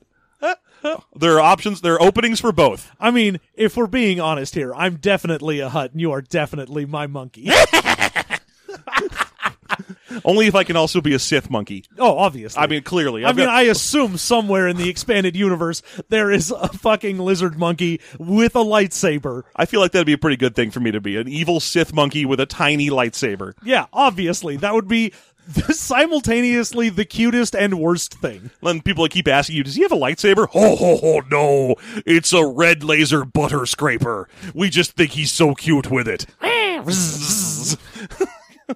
C: there are options. There are openings for both.
B: I mean, if we're being honest here, I'm definitely a hut, and you are definitely my monkey.
C: Only if I can also be a Sith monkey.
B: oh, obviously.
C: I mean, clearly.
B: I
C: I've
B: mean,
C: got-
B: I assume somewhere in the expanded universe there is a fucking lizard monkey with a lightsaber.
C: I feel like that'd be a pretty good thing for me to be an evil Sith monkey with a tiny lightsaber.
B: Yeah, obviously. That would be simultaneously the cutest and worst thing.
C: Then people keep asking you, does he have a lightsaber? Ho ho ho no. It's a red laser butter scraper. We just think he's so cute with it.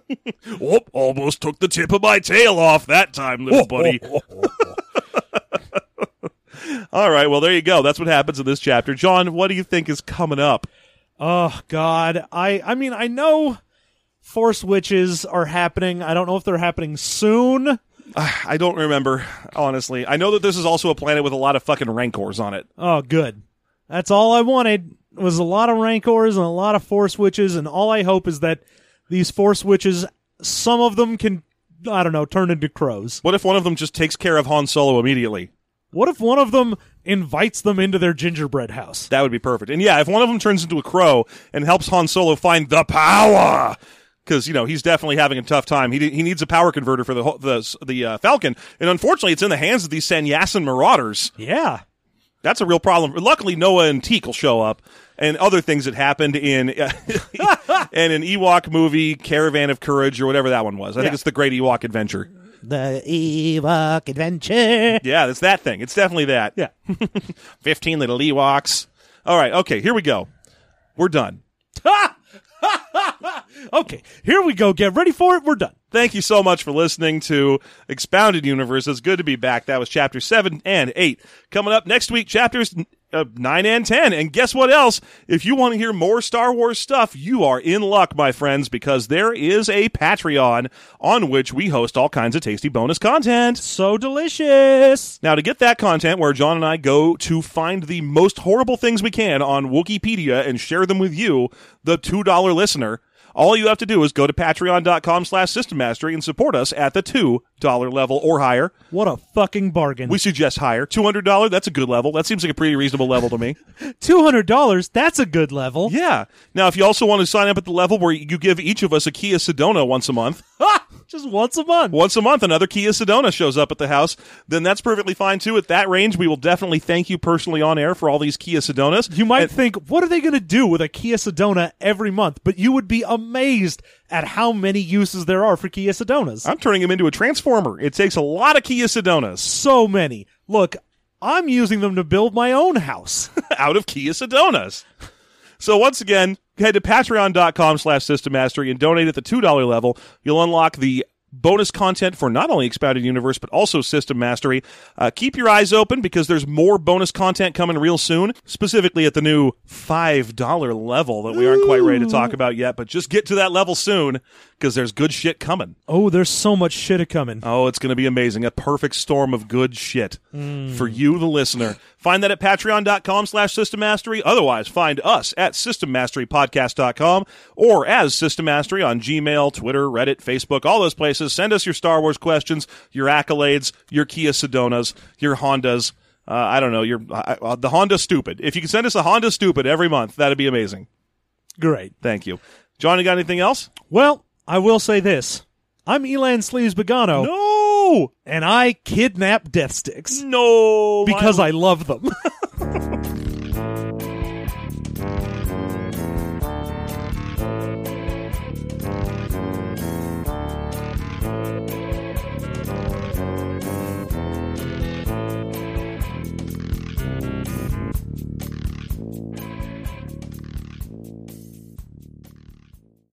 C: oh, almost took the tip of my tail off that time, little buddy. All right, well there you go. That's what happens in this chapter. John, what do you think is coming up?
B: Oh God, I I mean I know force witches are happening. I don't know if they're happening soon.
C: I don't remember, honestly. I know that this is also a planet with a lot of fucking rancors on it.
B: Oh, good. That's all I wanted was a lot of rancors and a lot of force witches, and all I hope is that these force witches, some of them can, I don't know, turn into crows.
C: What if one of them just takes care of Han Solo immediately?
B: What if one of them invites them into their gingerbread house?
C: That would be perfect. And yeah, if one of them turns into a crow and helps Han Solo find the power, because you know he's definitely having a tough time. He he needs a power converter for the whole- the the uh, Falcon, and unfortunately, it's in the hands of these Sannyasin Marauders.
B: Yeah.
C: That's a real problem. Luckily, Noah and Teak will show up, and other things that happened in uh, in an Ewok movie, Caravan of Courage, or whatever that one was. I think
B: Yeah.
C: it's the Great Ewok Adventure.
D: The Ewok Adventure.
C: Yeah, it's that thing. It's definitely that.
B: Yeah.
C: 15 little Ewoks. All right, okay, here we go. We're done.
B: Okay, here we go. Get ready for it. We're done.
C: Thank you so much for listening to Expounded Universe. It's good to be back. That was chapter 7 and 8. Coming up next week, chapters uh, 9 and 10. And guess what else? If you want to hear more Star Wars stuff, you are in luck, my friends, because there is a Patreon on which we host all kinds of tasty bonus content.
B: So delicious.
C: Now, to get that content, where John and I go to find the most horrible things we can on Wikipedia and share them with you, the $2 listener, all you have to do is go to patreon.com slash system mastery and support us at the $2 level or higher.
B: What a fucking bargain.
C: We suggest higher. $200, that's a good level. That seems like a pretty reasonable level to me.
B: $200, that's a good level.
C: Yeah. Now, if you also want to sign up at the level where you give each of us a Kia Sedona once a month,
B: Just once a month.
C: once a month another Kia Sedona shows up at the house, then that's perfectly fine too. At that range, we will definitely thank you personally on air for all these Kia Sedonas.
B: You might think, what are they going to do with a Kia Sedona every month? But you would be amazed at how many uses there are for Kia Sedonas.
C: I'm turning him into a transformer. It takes a lot of Kia Sedonas
B: so many. Look, I'm using them to build my own house.
C: out of Kia Sedonas. So once again, head to patreon.com slash system mastery and donate at the $2 level. You'll unlock the bonus content for not only Expounded Universe, but also System Mastery. Uh, keep your eyes open because there's more bonus content coming real soon, specifically at the new $5 level that we aren't quite ready to talk about yet, but just get to that level soon because there's good shit coming.
B: oh, there's so much shit a coming.
D: Uh.
C: Oh, it's going to be amazing. A perfect storm of good shit for you, the listener. Find that at patreon.com slash system mastery. Otherwise, find us at systemmasterypodcast.com or as system mastery on Gmail, Twitter, Reddit, Facebook, all those places. Send us your Star Wars questions, your accolades, your Kia Sedonas, your Hondas. Uh, I don't know, your uh, uh, the Honda Stupid. If you can send us a Honda Stupid every month, that'd be amazing.
B: Great.
C: Thank you. John, you got anything else?
B: Well, I will say this. I'm Elan Sleeves Begano,
C: No!
B: and I kidnap Death Sticks
C: No! my
B: because I love them.